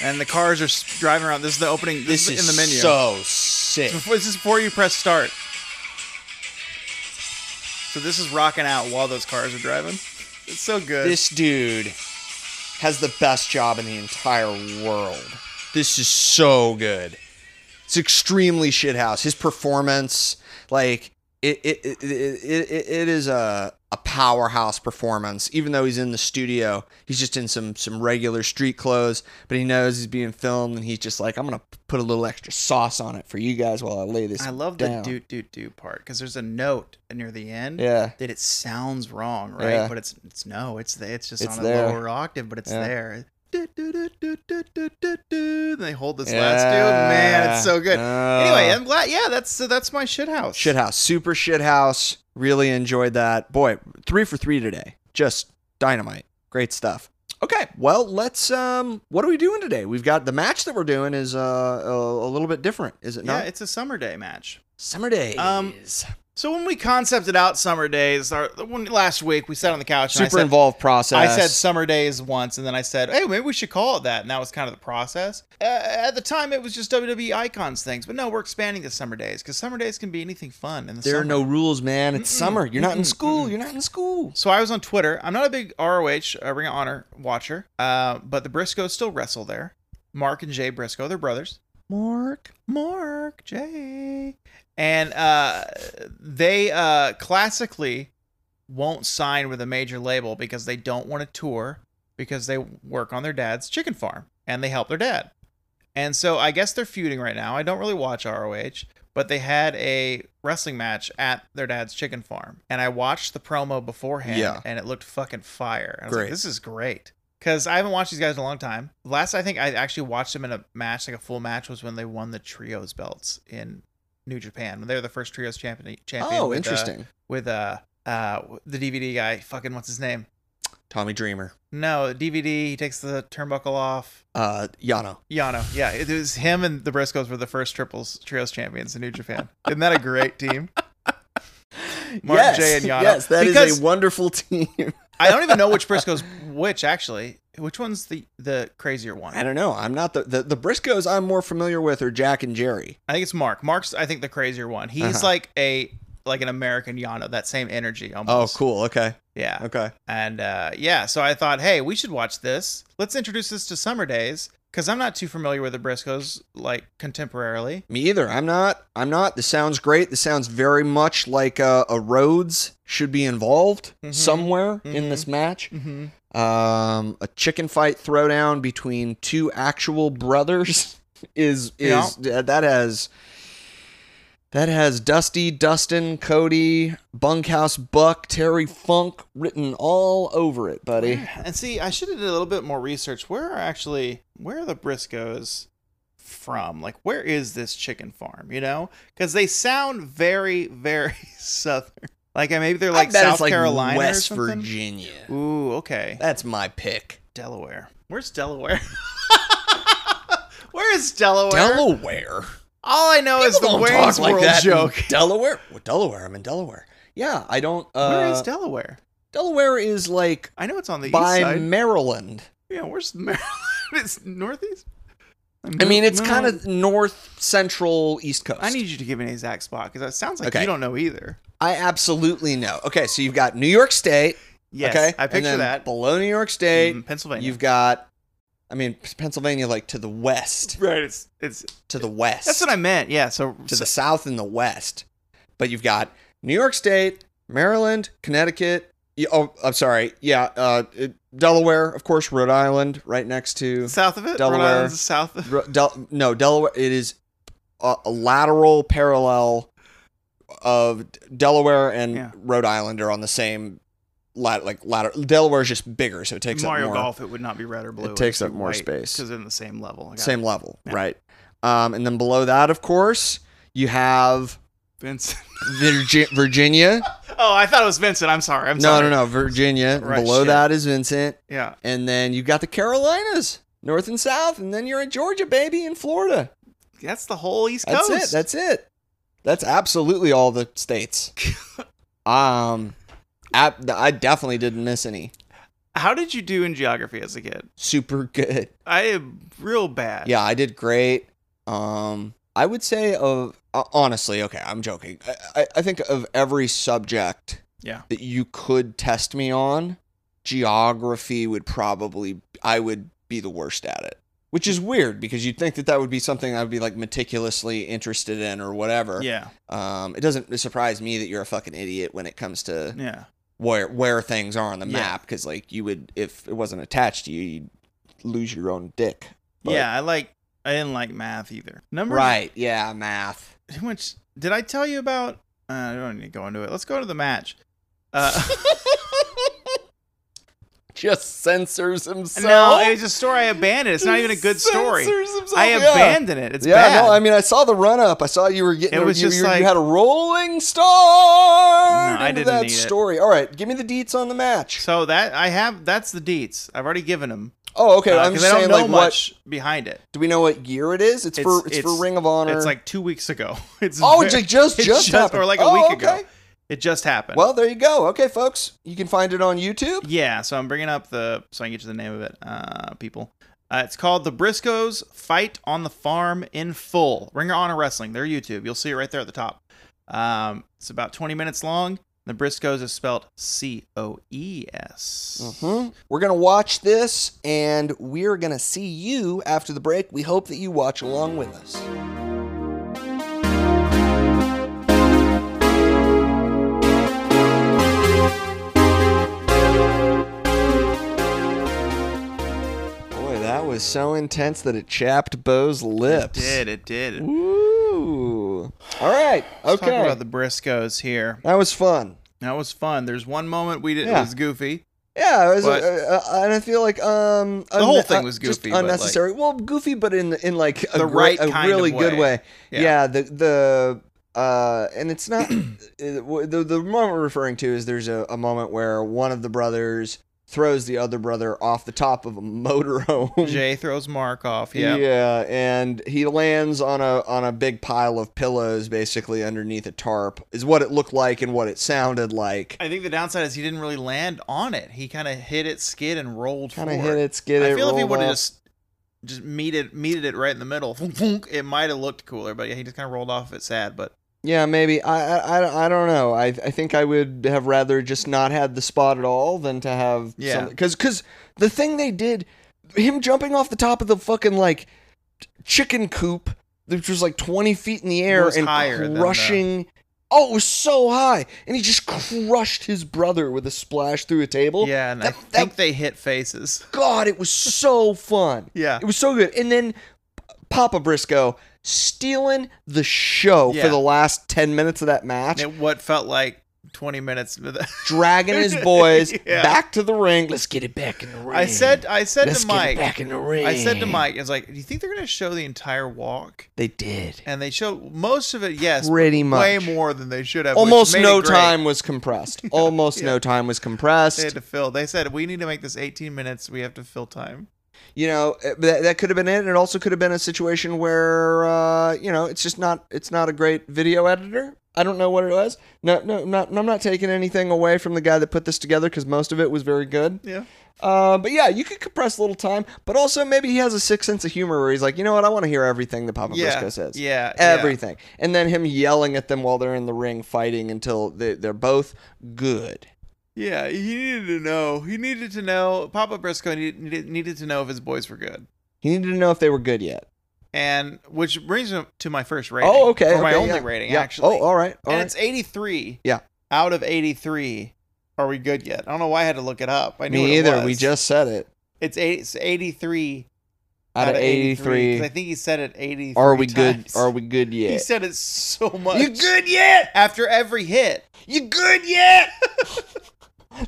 S2: And the cars are s- driving around. This is the opening. This,
S1: This is
S2: is in the menu.
S1: so sick.
S2: Before, this is before you press start. So this is rocking out while those cars are driving. It's so good.
S1: This dude has the best job in the entire world. This is so good. It's extremely shithouse. His performance, like it, it, it, it, it, it is a a powerhouse performance. Even though he's in the studio, he's just in some some regular street clothes. But he knows he's being filmed, and he's just like, I'm gonna put a little extra sauce on it for you guys while I lay this.
S2: I love
S1: down."
S2: the doot doot doot part because there's a note near the end
S1: Yeah.
S2: that it sounds wrong, right?
S1: Yeah.
S2: But it's it's no, it's the, it's just
S1: It's
S2: on a
S1: there.
S2: lower octave, but it's
S1: Yeah.
S2: there. Doot, doot, doot, doot, doot, doot, doot, doot. And they hold this last dude. Man, it's so good. anyway, I'm glad. Yeah, that's so that's my shit house.
S1: Shithouse, super shithouse. Really enjoyed that. Boy, three for three today. Just dynamite. Great stuff. Okay, well, let's. Um, what are we doing today? We've got the match that we're doing is uh, a, a little bit different, is it
S2: Yeah,
S1: not?
S2: it's a summer day match.
S1: Summer days.
S2: Um, So when we concepted out summer days, our the one last week we sat on the couch. and I
S1: Super
S2: said,
S1: involved process.
S2: I said summer days once, and then I said, "Hey, maybe we should call it that." And that was kind of the process. Uh, at the time, it was just WWE icons things, but no, we're expanding to summer days because summer days can be anything fun. In the
S1: there are
S2: summer.
S1: no rules, man. It's summer. You're not in school. You're not in school.
S2: So I was on Twitter. I'm not a big ROH uh, Ring of Honor watcher, uh, but the Briscoes still wrestle there. Mark and Jay Briscoe, they're brothers. Mark, Mark, Jay, and uh, they uh, classically won't sign with a major label because they don't want to tour because they work on their dad's chicken farm and they help their dad. And so I guess they're feuding right now. I don't really watch ROH, but they had a wrestling match at their dad's chicken farm. And I watched the promo beforehand
S1: Yeah.
S2: and it looked fucking fire. I was
S1: Great.
S2: like, this is great. Because I haven't watched these guys in a long time. Last I think I actually watched them in a match, like a full match, was when they won the trios belts in New Japan. When they were the first trios champion. champion
S1: Oh,
S2: with, uh,
S1: interesting.
S2: with uh uh the DVD guy. Fucking what's his name?
S1: Tommy Dreamer.
S2: No, DVD. He takes the turnbuckle off.
S1: Uh, Yano.
S2: Yano. Yeah, it was him and the Briscoes were the first triples trios champions in New Japan. Isn't that a great team? Mark
S1: yes,
S2: Jay and Yano.
S1: Yes, that is
S2: because
S1: a wonderful team.
S2: I don't even know which Briscoes which actually. Which one's the the crazier one?
S1: I don't know. I'm not the, the the Briscoes. I'm more familiar with are Jack and Jerry.
S2: I think it's Mark. Mark's I think the crazier one. He's
S1: Uh-huh.
S2: like a like an American Yano, that same energy
S1: Oh,
S2: almost.
S1: cool. Okay.
S2: Yeah.
S1: Okay.
S2: And uh, yeah, so I thought, hey, we should watch this. Let's introduce this to Summer Days because I'm not too familiar with the Briscoes like contemporarily.
S1: Me either. I'm not. I'm not. This sounds great. This sounds very much like uh, a Rhodes should be involved
S2: Mhm.
S1: somewhere in
S2: Mhm.
S1: this match.
S2: Mm-hmm.
S1: Um, a chicken fight throwdown between two actual brothers is is that has that has Dusty, Dustin, Cody, Bunkhouse Buck, Terry Funk written all over it, buddy.
S2: And see, I should have did a little bit more research. Where are actually where are the Briscoes from? Like, where is this chicken farm? You know, because they sound very, very southern. Like, uh, maybe they're like
S1: I bet
S2: South
S1: it's like
S2: Carolina, or
S1: West
S2: something.
S1: Virginia.
S2: Ooh, okay,
S1: That's my pick.
S2: Delaware. Where's Delaware? Where is Delaware?
S1: Delaware.
S2: All I know is
S1: People
S2: the
S1: don't
S2: Wayne's
S1: talk like
S2: World
S1: that in
S2: joke.
S1: Delaware. Well, Delaware. I'm in Delaware. Yeah, I don't. Uh,
S2: Where is Delaware?
S1: Delaware? Is like
S2: I know it's on the east
S1: by
S2: side.
S1: Maryland.
S2: yeah, where's Maryland? it's northeast.
S1: I mean, it's
S2: No.
S1: kind of north central east coast.
S2: I need you to give me an exact spot because it sounds like
S1: Okay.
S2: you don't know either.
S1: I absolutely know. Okay, so you've got New York State.
S2: Yes,
S1: okay,
S2: I
S1: and
S2: picture
S1: then
S2: that.
S1: below New York State.
S2: Mm, Pennsylvania.
S1: You've got, I mean, Pennsylvania like to the west,
S2: right. It's it's
S1: to the west.
S2: that's what I meant. Yeah. So,
S1: to the south and the west. But you've got New York State, Maryland, Connecticut. y- Oh, I'm sorry. Yeah, uh, it- Delaware, of course, Rhode Island, right next to.
S2: south of it,
S1: Delaware.
S2: Rhode Island's south of
S1: Ro- Del- no, Delaware. It is a, a lateral parallel of D- Delaware and
S2: Yeah.
S1: Rhode Island are on the same lat- like lateral. Delaware is just bigger, so it takes
S2: Mario
S1: up more
S2: Golf. It would not be red or blue.
S1: takes up more space.
S2: because they're in the same level. I got
S1: same level,
S2: Yeah.
S1: right? Um, and then below that, of course, you have
S2: it. Vincent.
S1: Virgi- Virginia.
S2: oh, I thought it was Vincent. I'm sorry. I'm
S1: No,
S2: sorry.
S1: no, no. Virginia.
S2: Right,
S1: Below
S2: shit.
S1: that is Vincent.
S2: Yeah.
S1: And then you've got the Carolinas, north and south. And then you're in Georgia, baby, and Florida.
S2: That's the whole East
S1: That's
S2: Coast.
S1: it. That's it. That's absolutely all the states. um, I, I definitely didn't miss any.
S2: How did you do in geography as a kid?
S1: Super good.
S2: I am real bad.
S1: Yeah, I did great. Um, I would say of uh, honestly, okay, I'm joking. I, I, I think of every subject
S2: Yeah.
S1: that you could test me on, geography would probably I would be the worst at it. Which is weird because you'd think that that would be something I would be like meticulously interested in or whatever.
S2: Yeah.
S1: Um, it doesn't surprise me that you're a fucking idiot when it comes to
S2: Yeah.
S1: where where things are on the
S2: Yeah.
S1: map because like you would if it wasn't attached to you, you'd lose your own dick. But-
S2: yeah. I like. I didn't like math either. Number
S1: Right. Yeah. Math.
S2: How much did I tell you about? Uh, I don't need to go into it. Let's go to the match. Uh,
S1: Uh, just censors himself.
S2: No, it's a story I abandoned. It's not even a good story.
S1: Censors himself,
S2: I
S1: yeah.
S2: abandoned it. It's
S1: yeah,
S2: bad.
S1: no, I mean, I saw the run up. I saw you were getting.
S2: It was
S1: you,
S2: just
S1: you,
S2: like-
S1: you had a rolling star.
S2: No, I
S1: into
S2: didn't
S1: that
S2: need it.
S1: story. All right, give me the deets on the match.
S2: so that I have that's the deets. I've already given them.
S1: Oh, okay. I'm
S2: Because
S1: just
S2: Uh, I don't
S1: saying,
S2: know
S1: like, what?
S2: much behind it.
S1: Do we know what year it is? It's, for it's, for Ring of Honor.
S2: It's like two weeks ago. It's
S1: Oh,
S2: very-
S1: it just-
S2: it's
S1: just happened.
S2: or like a
S1: Oh,
S2: week
S1: okay.
S2: ago. It just happened.
S1: well, there you go. Okay, folks, you can find it on YouTube.
S2: yeah. So I'm bringing up the so I can get you the name of it, uh, people. Uh, it's called the Briscoes Fight on the Farm in Full. Ring of Honor Wrestling. Their YouTube. You'll see it right there at the top. Um, it's about 20 minutes long. The Briscoes is spelled C O E S.
S1: Mhm. We're gonna watch this, and we're gonna see you after the break. We hope that you watch along with us. Boy, that was so intense that it chapped Bo's
S2: It
S1: lips.
S2: did. It did. Let's
S1: Ooh. All right.
S2: Talk
S1: Okay.
S2: about the Briscoes here.
S1: That was fun.
S2: That was fun. There's one moment we did. not
S1: Yeah.
S2: It was goofy.
S1: Yeah, it was, uh,
S2: But-
S1: uh, and I feel like um,
S2: The whole
S1: unne-
S2: thing
S1: uh,
S2: was
S1: just
S2: goofy, but, like-
S1: unnecessary. well, goofy, but in in like a
S2: The
S1: gre-
S2: right
S1: a
S2: kind of
S1: really good
S2: way.
S1: way.
S2: Yeah.
S1: Yeah. the the uh, and it's not uh, the the moment we're referring to is there's a, a moment where one of the brothers throws the other brother off the top of a motorhome.
S2: Jay throws Mark off.
S1: Mm. Yeah.
S2: Yeah.
S1: and he lands on a on a big pile of pillows, basically underneath a tarp, is what it looked like and what it sounded like.
S2: I think the downside is he didn't really land on it. He kind of hit it, skid, and rolled.
S1: Kind of
S2: forward.
S1: hit it, skid it.
S2: I feel if he
S1: rolled
S2: would have
S1: off.
S2: just just meted meted it right in the middle, thunk, thunk, it might have looked cooler. But yeah, he just kind of rolled off. It's sad, but
S1: Yeah, maybe. I, I, I- I don't know. I, I think I would have rather just not had the spot at all than to have.
S2: Yeah.
S1: Because cause the thing they did, him jumping off the top of the fucking, like, t- chicken coop, which was like 20 feet in the air
S2: was
S1: and
S2: higher than the-
S1: crushing. Oh, it was so high. And he just crushed his brother with a splash through a table.
S2: yeah, and I
S1: That,
S2: think
S1: that-
S2: they hit faces.
S1: God, it was so fun.
S2: Yeah,
S1: It was so good. And then P- Papa Briscoe stealing the show
S2: Yeah.
S1: for the last 10 minutes of that match,
S2: And it, what felt like twenty minutes. with the-
S1: dragging his boys
S2: Yeah.
S1: back to the ring. Let's get it back in the ring.
S2: I said, I said
S1: Let's
S2: to
S1: get it
S2: Mike,
S1: back in the ring.
S2: I said to Mike, I was like, do you think they're gonna show the entire walk?
S1: They did.
S2: And they showed most of it. Yes, but
S1: Pretty much.
S2: way more than they should have. which
S1: Almost
S2: made
S1: no
S2: it great.
S1: time was compressed. Almost no time was compressed.
S2: They had to fill. They said we need to make this 18 minutes. We have to fill time.
S1: you know it- that, that could have been it and it also could have been a situation where uh, you know it's just not it's not a great video editor i don't know what it was no no not, i'm not taking anything away from the guy that put this together because most of it was very good
S2: Yeah.
S1: uh, but yeah you could compress a little time but also maybe he has a sick sense of humor where he's like you know what i want to hear everything that papa
S2: yeah.
S1: briscoe says
S2: Yeah. yeah.
S1: everything and then him yelling at them while they're in the ring fighting until they, they're both good
S2: Yeah. He needed to know. He needed to know. Papa Briscoe needed, needed, needed to know if his boys were good.
S1: he needed to know if they were good yet
S2: And which brings me to my first rating.
S1: oh okay
S2: Or my
S1: okay,
S2: only
S1: yeah,
S2: rating,
S1: yeah.
S2: actually.
S1: oh all right all
S2: and
S1: right.
S2: it's 83.
S1: Yeah.
S2: Out of 83. Are we good yet? I don't know why I had to look it up. I knew what
S1: Me
S2: it
S1: either. We
S2: was.
S1: just said it.
S2: It's, eight, it's 83
S1: Out, of 83,
S2: 'cause I think he said it 83.
S1: are we
S2: times.
S1: good? Are we good yet?
S2: He said it so much.
S1: You good yet?
S2: After every hit.
S1: You good yet?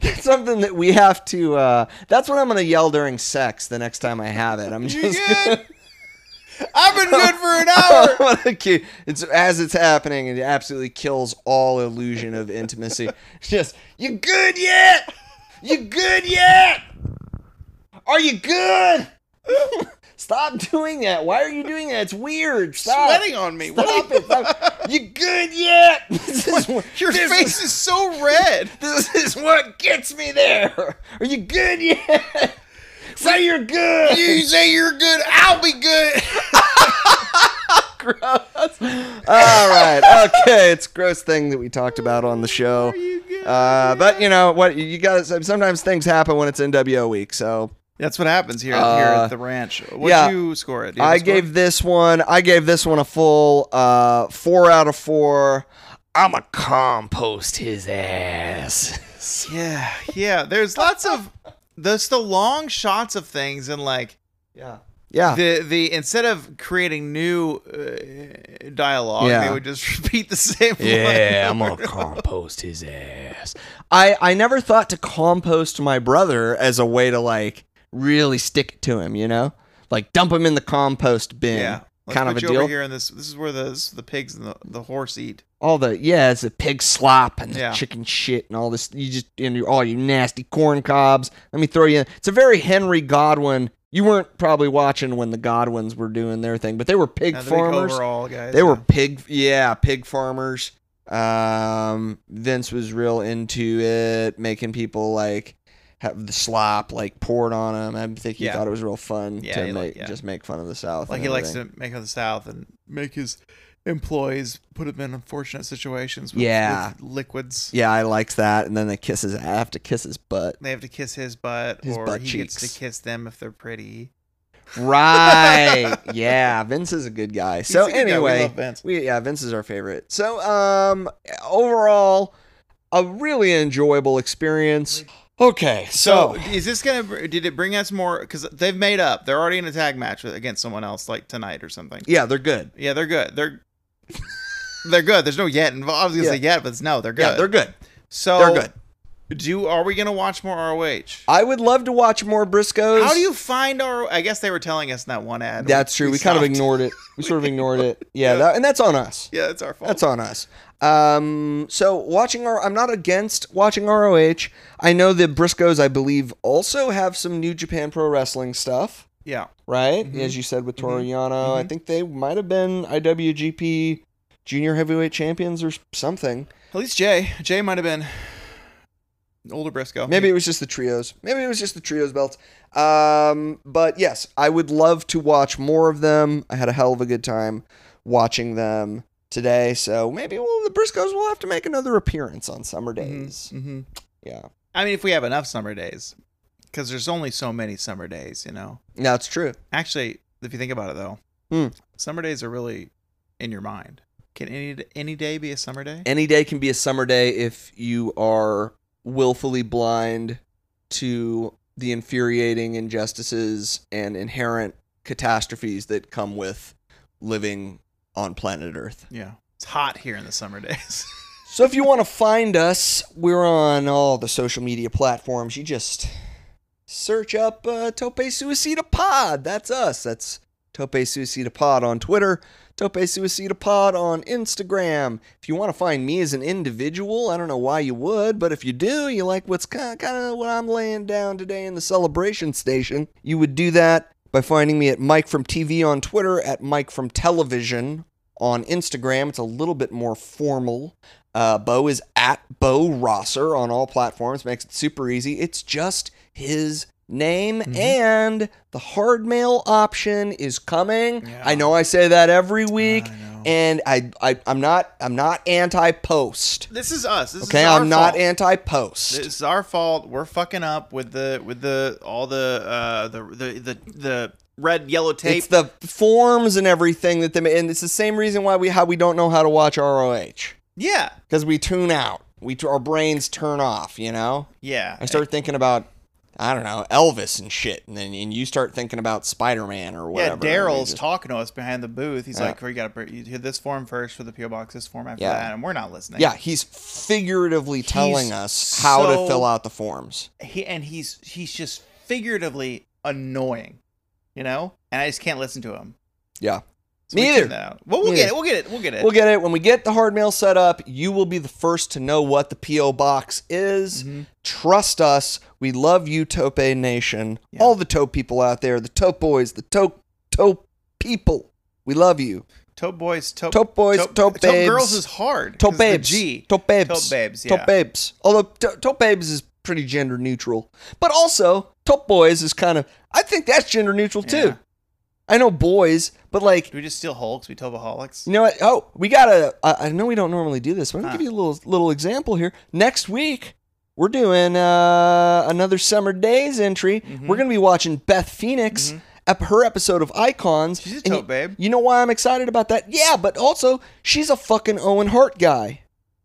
S1: that's something that we have to. Uh, that's what I'm gonna yell during sex the next time I have it. I'm
S2: You
S1: just.
S2: good? I've been good for an
S1: I'm
S2: hour.
S1: gonna keep- it's as it's happening, it absolutely kills all illusion of intimacy. Just you good yet? You good yet? Are you good? Stop doing that. Why are you doing that? It's weird. Stop.
S2: Sweating on me. What
S1: Stop it. Stop. You good yet? This is what,
S2: Your
S1: this
S2: face is so red.
S1: This is what gets me there. Are you good yet? Say you're good.
S2: You say you're good, I'll be good.
S1: All right. Okay. It's a gross thing that we talked about on the show. Uh, but you know what? You got to sometimes things happen when it's NWO week. So
S2: That's what happens here, here
S1: Uh,
S2: at the ranch. What
S1: yeah.
S2: would you score it? Do you have
S1: I
S2: a score?
S1: gave this one. I gave this one a full uh, four out of four. I'm a compost his ass.
S2: Yeah, yeah. There's lots of there's the long shots of things and like
S1: yeah. Yeah.
S2: the the instead of creating new uh, dialogue,
S1: Yeah.
S2: they would just repeat the same.
S7: Yeah,
S2: line.
S7: I'm gonna compost his ass.
S1: I, I never thought to compost my brother as a way to like really stick it to him, you know? Like dump him in the compost bin.
S2: yeah. Let's
S1: kind
S2: put
S1: of a
S2: you
S1: deal.
S2: over here in this. This is where the this is the pigs and the, the horse eat.
S1: All the yeah, it's the pig slop and the
S2: Yeah.
S1: chicken shit and all this you just and you- all you nasty corn cobs. Let me throw you in. It's a very Henry Godwin. You weren't probably watching when the Godwins were doing their thing, but they were pig
S2: Now, the big
S1: farmers.
S2: overall guys.
S1: They were
S2: yeah.
S1: pig, yeah, pig farmers. Um, Vince was real into it, making people like have the slop like poured on him. I think he
S2: Yeah.
S1: thought it was real fun
S2: Yeah,
S1: to
S2: he
S1: make,
S2: like- yeah.
S1: just make fun of the South.
S2: like
S1: and
S2: he likes
S1: everything.
S2: to make of the South and make his employees put them in unfortunate situations. With,
S1: Yeah.
S2: with liquids.
S1: Yeah, I liked that. And then they kiss his. I have to kiss his butt.
S2: They have to kiss his butt,
S1: His
S2: or
S1: butt
S2: he gets
S1: cheeks.
S2: to kiss them if they're pretty.
S1: Right. yeah, Vince is a good guy. so
S2: a good guy. We
S1: anyway,
S2: love Vince.
S1: we- yeah, Vince is our favorite. So um overall a really enjoyable experience. Okay,
S2: So,
S1: so
S2: is this gonna? br- Did it bring us more? Because they've made up. They're already in a tag match with- against someone else, like tonight or something.
S1: yeah, they're good.
S2: Yeah, they're good. They're they're good. There's no yet involved. I was gonna say yet, but it's no, they're good.
S1: Yeah, they're good.
S2: so
S1: they're good.
S2: Do are we gonna watch more ROH?
S1: I would love to watch more Briscoes.
S2: How do you find our? I guess they were telling us in that one ad.
S1: That's true. We, kind of
S2: stopped.
S1: ignored it. We sort of ignored it. Yeah, that, and that's on us.
S2: Yeah, it's our fault.
S1: That's on us. Um, so watching our, I'm not against watching ROH. I know the Briscoes, I believe, also have some New Japan Pro Wrestling stuff,
S2: Yeah,
S1: right?
S2: Mhm.
S1: As you said with
S2: Mhm.
S1: Toriano, I
S2: Mhm.
S1: think they might have been IWGP Junior Heavyweight Champions or something.
S2: at least Jay. Jay might have been older Briscoe.
S1: Maybe it was just the trios. Maybe it was just the trios belts. Um, but yes, I would love to watch more of them. I had a hell of a good time watching them today. So maybe well, the Briscoes will have to make another appearance on summer days.
S2: hmm
S1: Yeah,
S2: I mean, if we have enough summer days, because there's only so many summer days, you know.
S1: that's true.
S2: Actually, if you think about it though,
S1: Hmm.
S2: summer days are really in your mind. Can any any day be a summer day?
S1: Any day can be a summer day if you are willfully blind to the infuriating injustices and inherent catastrophes that come with living on planet Earth.
S2: Yeah. It's hot here in the summer days.
S1: So if you want to find us, we're on all the social media platforms. You just search up uh, Tope Suicida Pod. That's us. That's Tope Suicida Pod on Twitter, Tope Suicida Pod on Instagram. If you want to find me as an individual, I don't know why you would, but if you do, you like what's kind of what I'm laying down today in the celebration station, you would do that by finding me at Mike from TV on Twitter, at Mike from Television on Instagram. It's a little bit more formal. Uh, Bo is at Bo Rosser on all platforms. Makes it super easy. It's just his name,
S2: Mm-hmm.
S1: and the hard mail option is coming.
S2: Yeah.
S1: I know I say that every week,
S2: I know.
S1: and I, I I'm not I'm not anti post.
S2: this is us. This
S1: Okay,
S2: is our
S1: I'm not
S2: fault.
S1: anti post.
S2: This is our fault. We're fucking up with the with the all the uh the the the, the red yellow tape.
S1: It's the forms and everything that they ma- and it's the same reason why we how we don't know how to watch ROH
S2: yeah.
S1: because we tune out. We our brains turn off. You know.
S2: Yeah.
S1: I start thinking about I don't know Elvis and shit, and then and you start thinking about Spider Man or
S2: yeah,
S1: whatever. and you
S2: Daryl's
S1: just-
S2: talking to us behind the booth. He's
S1: Yeah.
S2: like, "You got to you hit this form first for the PO box, this form after
S1: Yeah.
S2: that," and we're not listening.
S1: Yeah, he's figuratively telling us how
S2: so-
S1: to fill out the forms.
S2: he and he's he's just figuratively annoying, you know. And I just can't listen to him.
S1: Yeah.
S2: So we
S1: Me
S2: tune
S1: either.
S2: that out. Well, we'll
S1: Me
S2: get
S1: either.
S2: it. We'll get it. We'll get it.
S1: We'll get it when we get the hard mail set up. You will be the first to know what the PO box is.
S2: Mhm.
S1: Trust us. We love you, Tope Nation.
S2: Yeah.
S1: All the Tope people out there, the Tope boys, the Tope Tope people. We love you.
S2: Tote boys, tote,
S1: Tote boys, tote babes.
S2: girls is hard. 'cause
S1: Top
S2: the
S1: babes.
S2: G.
S1: Top babes.
S2: Tote babes, yeah.
S1: Top babes. Although to- top babes is pretty gender neutral, but also top boys is kind of. I think that's gender neutral too.
S2: Yeah.
S1: I know boys, but like
S2: Do we just steal Hulks? We tobaholics.
S1: you know what? Oh, we got a. I I know we don't normally do this, but I'm gonna
S2: Huh.
S1: give you a little little example here. Next week. We're doing uh, another summer days entry.
S2: Mm-hmm.
S1: We're gonna be watching Beth Phoenix, ep- her episode of Icons.
S2: She's a
S1: and
S2: tote
S1: you-
S2: babe.
S1: You know why I'm excited about that? Yeah, but also she's a fucking Owen Hart guy.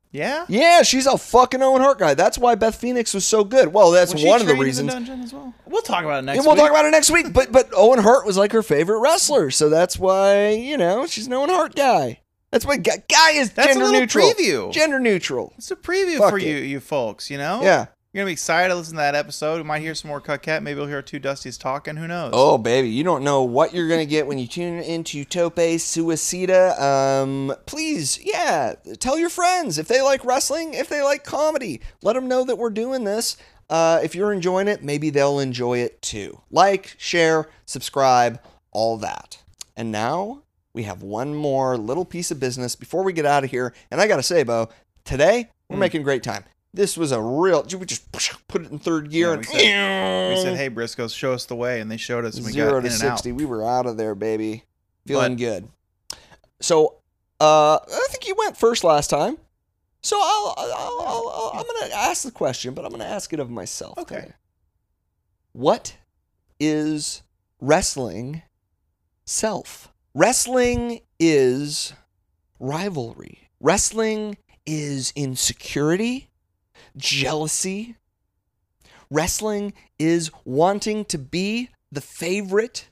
S2: Yeah.
S1: Yeah, she's a fucking Owen Hart guy. That's why Beth Phoenix was so good. Well, that's
S2: Was she
S1: one of the
S2: trained in
S1: reasons.
S2: dungeon as well. We'll talk about it next.
S1: And we'll
S2: week.
S1: talk about it next week. But but Owen Hart was like her favorite wrestler, so that's why you know she's an Owen Hart guy. That's why guy, guy is
S2: That's a
S1: gender
S2: little
S1: neutral.
S2: preview.
S1: Gender neutral.
S2: It's a preview
S1: Fuck
S2: for
S1: it.
S2: you, you folks. You know.
S1: Yeah.
S2: You're gonna be excited to listen to that episode. We might hear some more Cutcat. Maybe we'll hear two Dusties talking. Who knows?
S1: Oh baby, you don't know what you're gonna get when you tune into Tope Suicida. Um, please, yeah, tell your friends if they like wrestling, if they like comedy, let them know that we're doing this. Uh, if you're enjoying it, maybe they'll enjoy it too. Like, share, subscribe, all that. And now we have one more little piece of business before we get out of here. And I gotta say, Bo, today
S2: Hmm.
S1: we're making great time. This was a real. We just put it in third gear
S2: Yeah,
S1: and.
S2: we said- We said, "Hey, Briscoes, show us the way," and they showed us. And we
S1: zero
S2: got
S1: to
S2: in and
S1: sixty. We were out of there, baby. Feeling
S2: But-
S1: good. So, uh, I think you went first last time. So I'll, I'll, I'll, I'll I'm gonna ask the question, but I'm gonna ask it of myself.
S2: Okay.
S1: today. What is wrestling self? Wrestling is rivalry. Wrestling is insecurity, jealousy. Wrestling is wanting to be the favorite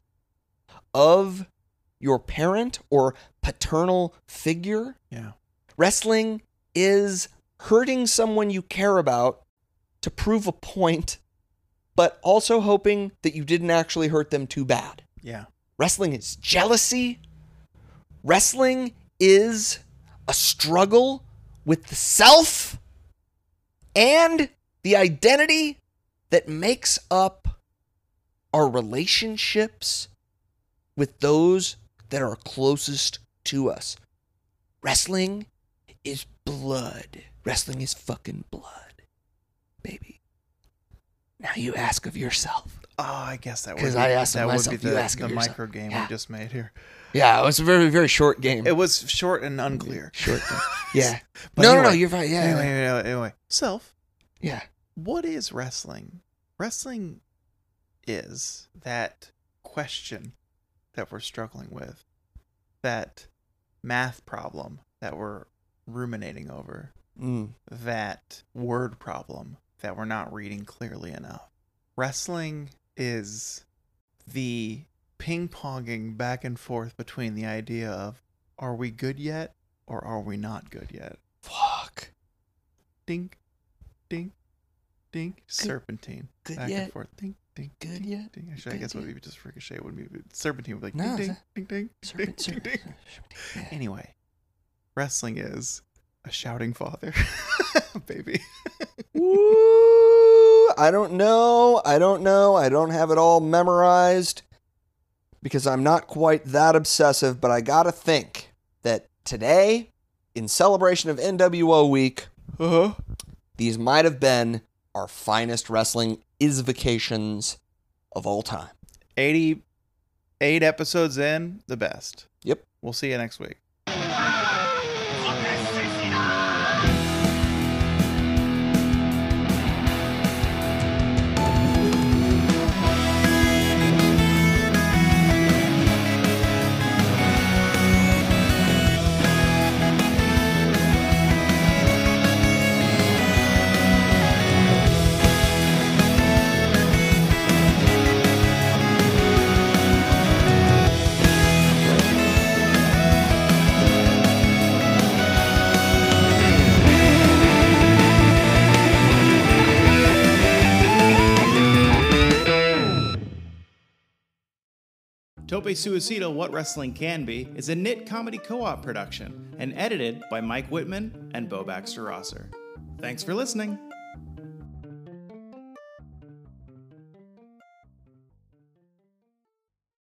S1: of your parent or paternal figure.
S2: Yeah.
S1: Wrestling is hurting someone you care about to prove a point, but also hoping that you didn't actually hurt them too bad.
S2: out. Yeah.
S1: Wrestling is jealousy. Wrestling is a struggle with the self and the identity that makes up our relationships with those that are closest to us. Wrestling is blood. Wrestling is fucking blood, baby. Now you ask of yourself.
S2: Oh, I guess that would.
S1: 'Cause
S2: be-
S1: I asked
S2: that
S1: myself,
S2: would be
S1: you
S2: the,
S1: ask
S2: the
S1: yourself.
S2: micro game
S1: Yeah.
S2: we just made here.
S1: Yeah, it was a very, very short game.
S2: It was short and unclear.
S1: Short. thing. yeah.
S2: But
S1: no, no, no.
S2: anyway-
S1: You're right. Yeah.
S2: Anyway, anyway, anyway. self,
S1: Yeah.
S2: what is wrestling? Wrestling is that question that we're struggling with, that math problem that we're ruminating over,
S1: Mm.
S2: that word problem that we're not reading clearly enough. Wrestling is the ping ponging back and forth between the idea of are we good yet or are we not good yet?
S1: Fuck.
S2: Dink, dink, dink, serpentine.
S1: good
S2: back
S1: yet.
S2: and forth. Dink, dink,
S1: Good
S2: dink,
S1: yet.
S2: Dink. Actually, I
S1: Good
S2: guess what
S1: yet.
S2: we just ricochet would be serpentine would be like
S1: No,
S2: ding,
S1: it's
S2: ding, ding, ding,
S1: Serpent-
S2: ding,
S1: serpent-
S2: ding.
S1: serpent- yeah.
S2: Anyway, wrestling is a shouting father, baby.
S1: Woo! I don't know. I don't know. I don't have it all memorized because I'm not quite that obsessive, but I got to think that today, in celebration of NWO week,
S2: Uh-huh.
S1: these might have been our finest wrestling is vacations of all time.
S2: 88 episodes in, the best.
S1: Yep.
S2: We'll see you next week.
S8: Tope Suicida What Wrestling Can Be is a knit comedy co op production and edited by Mike Whitman and Bo Baxter Rosser. Thanks for listening.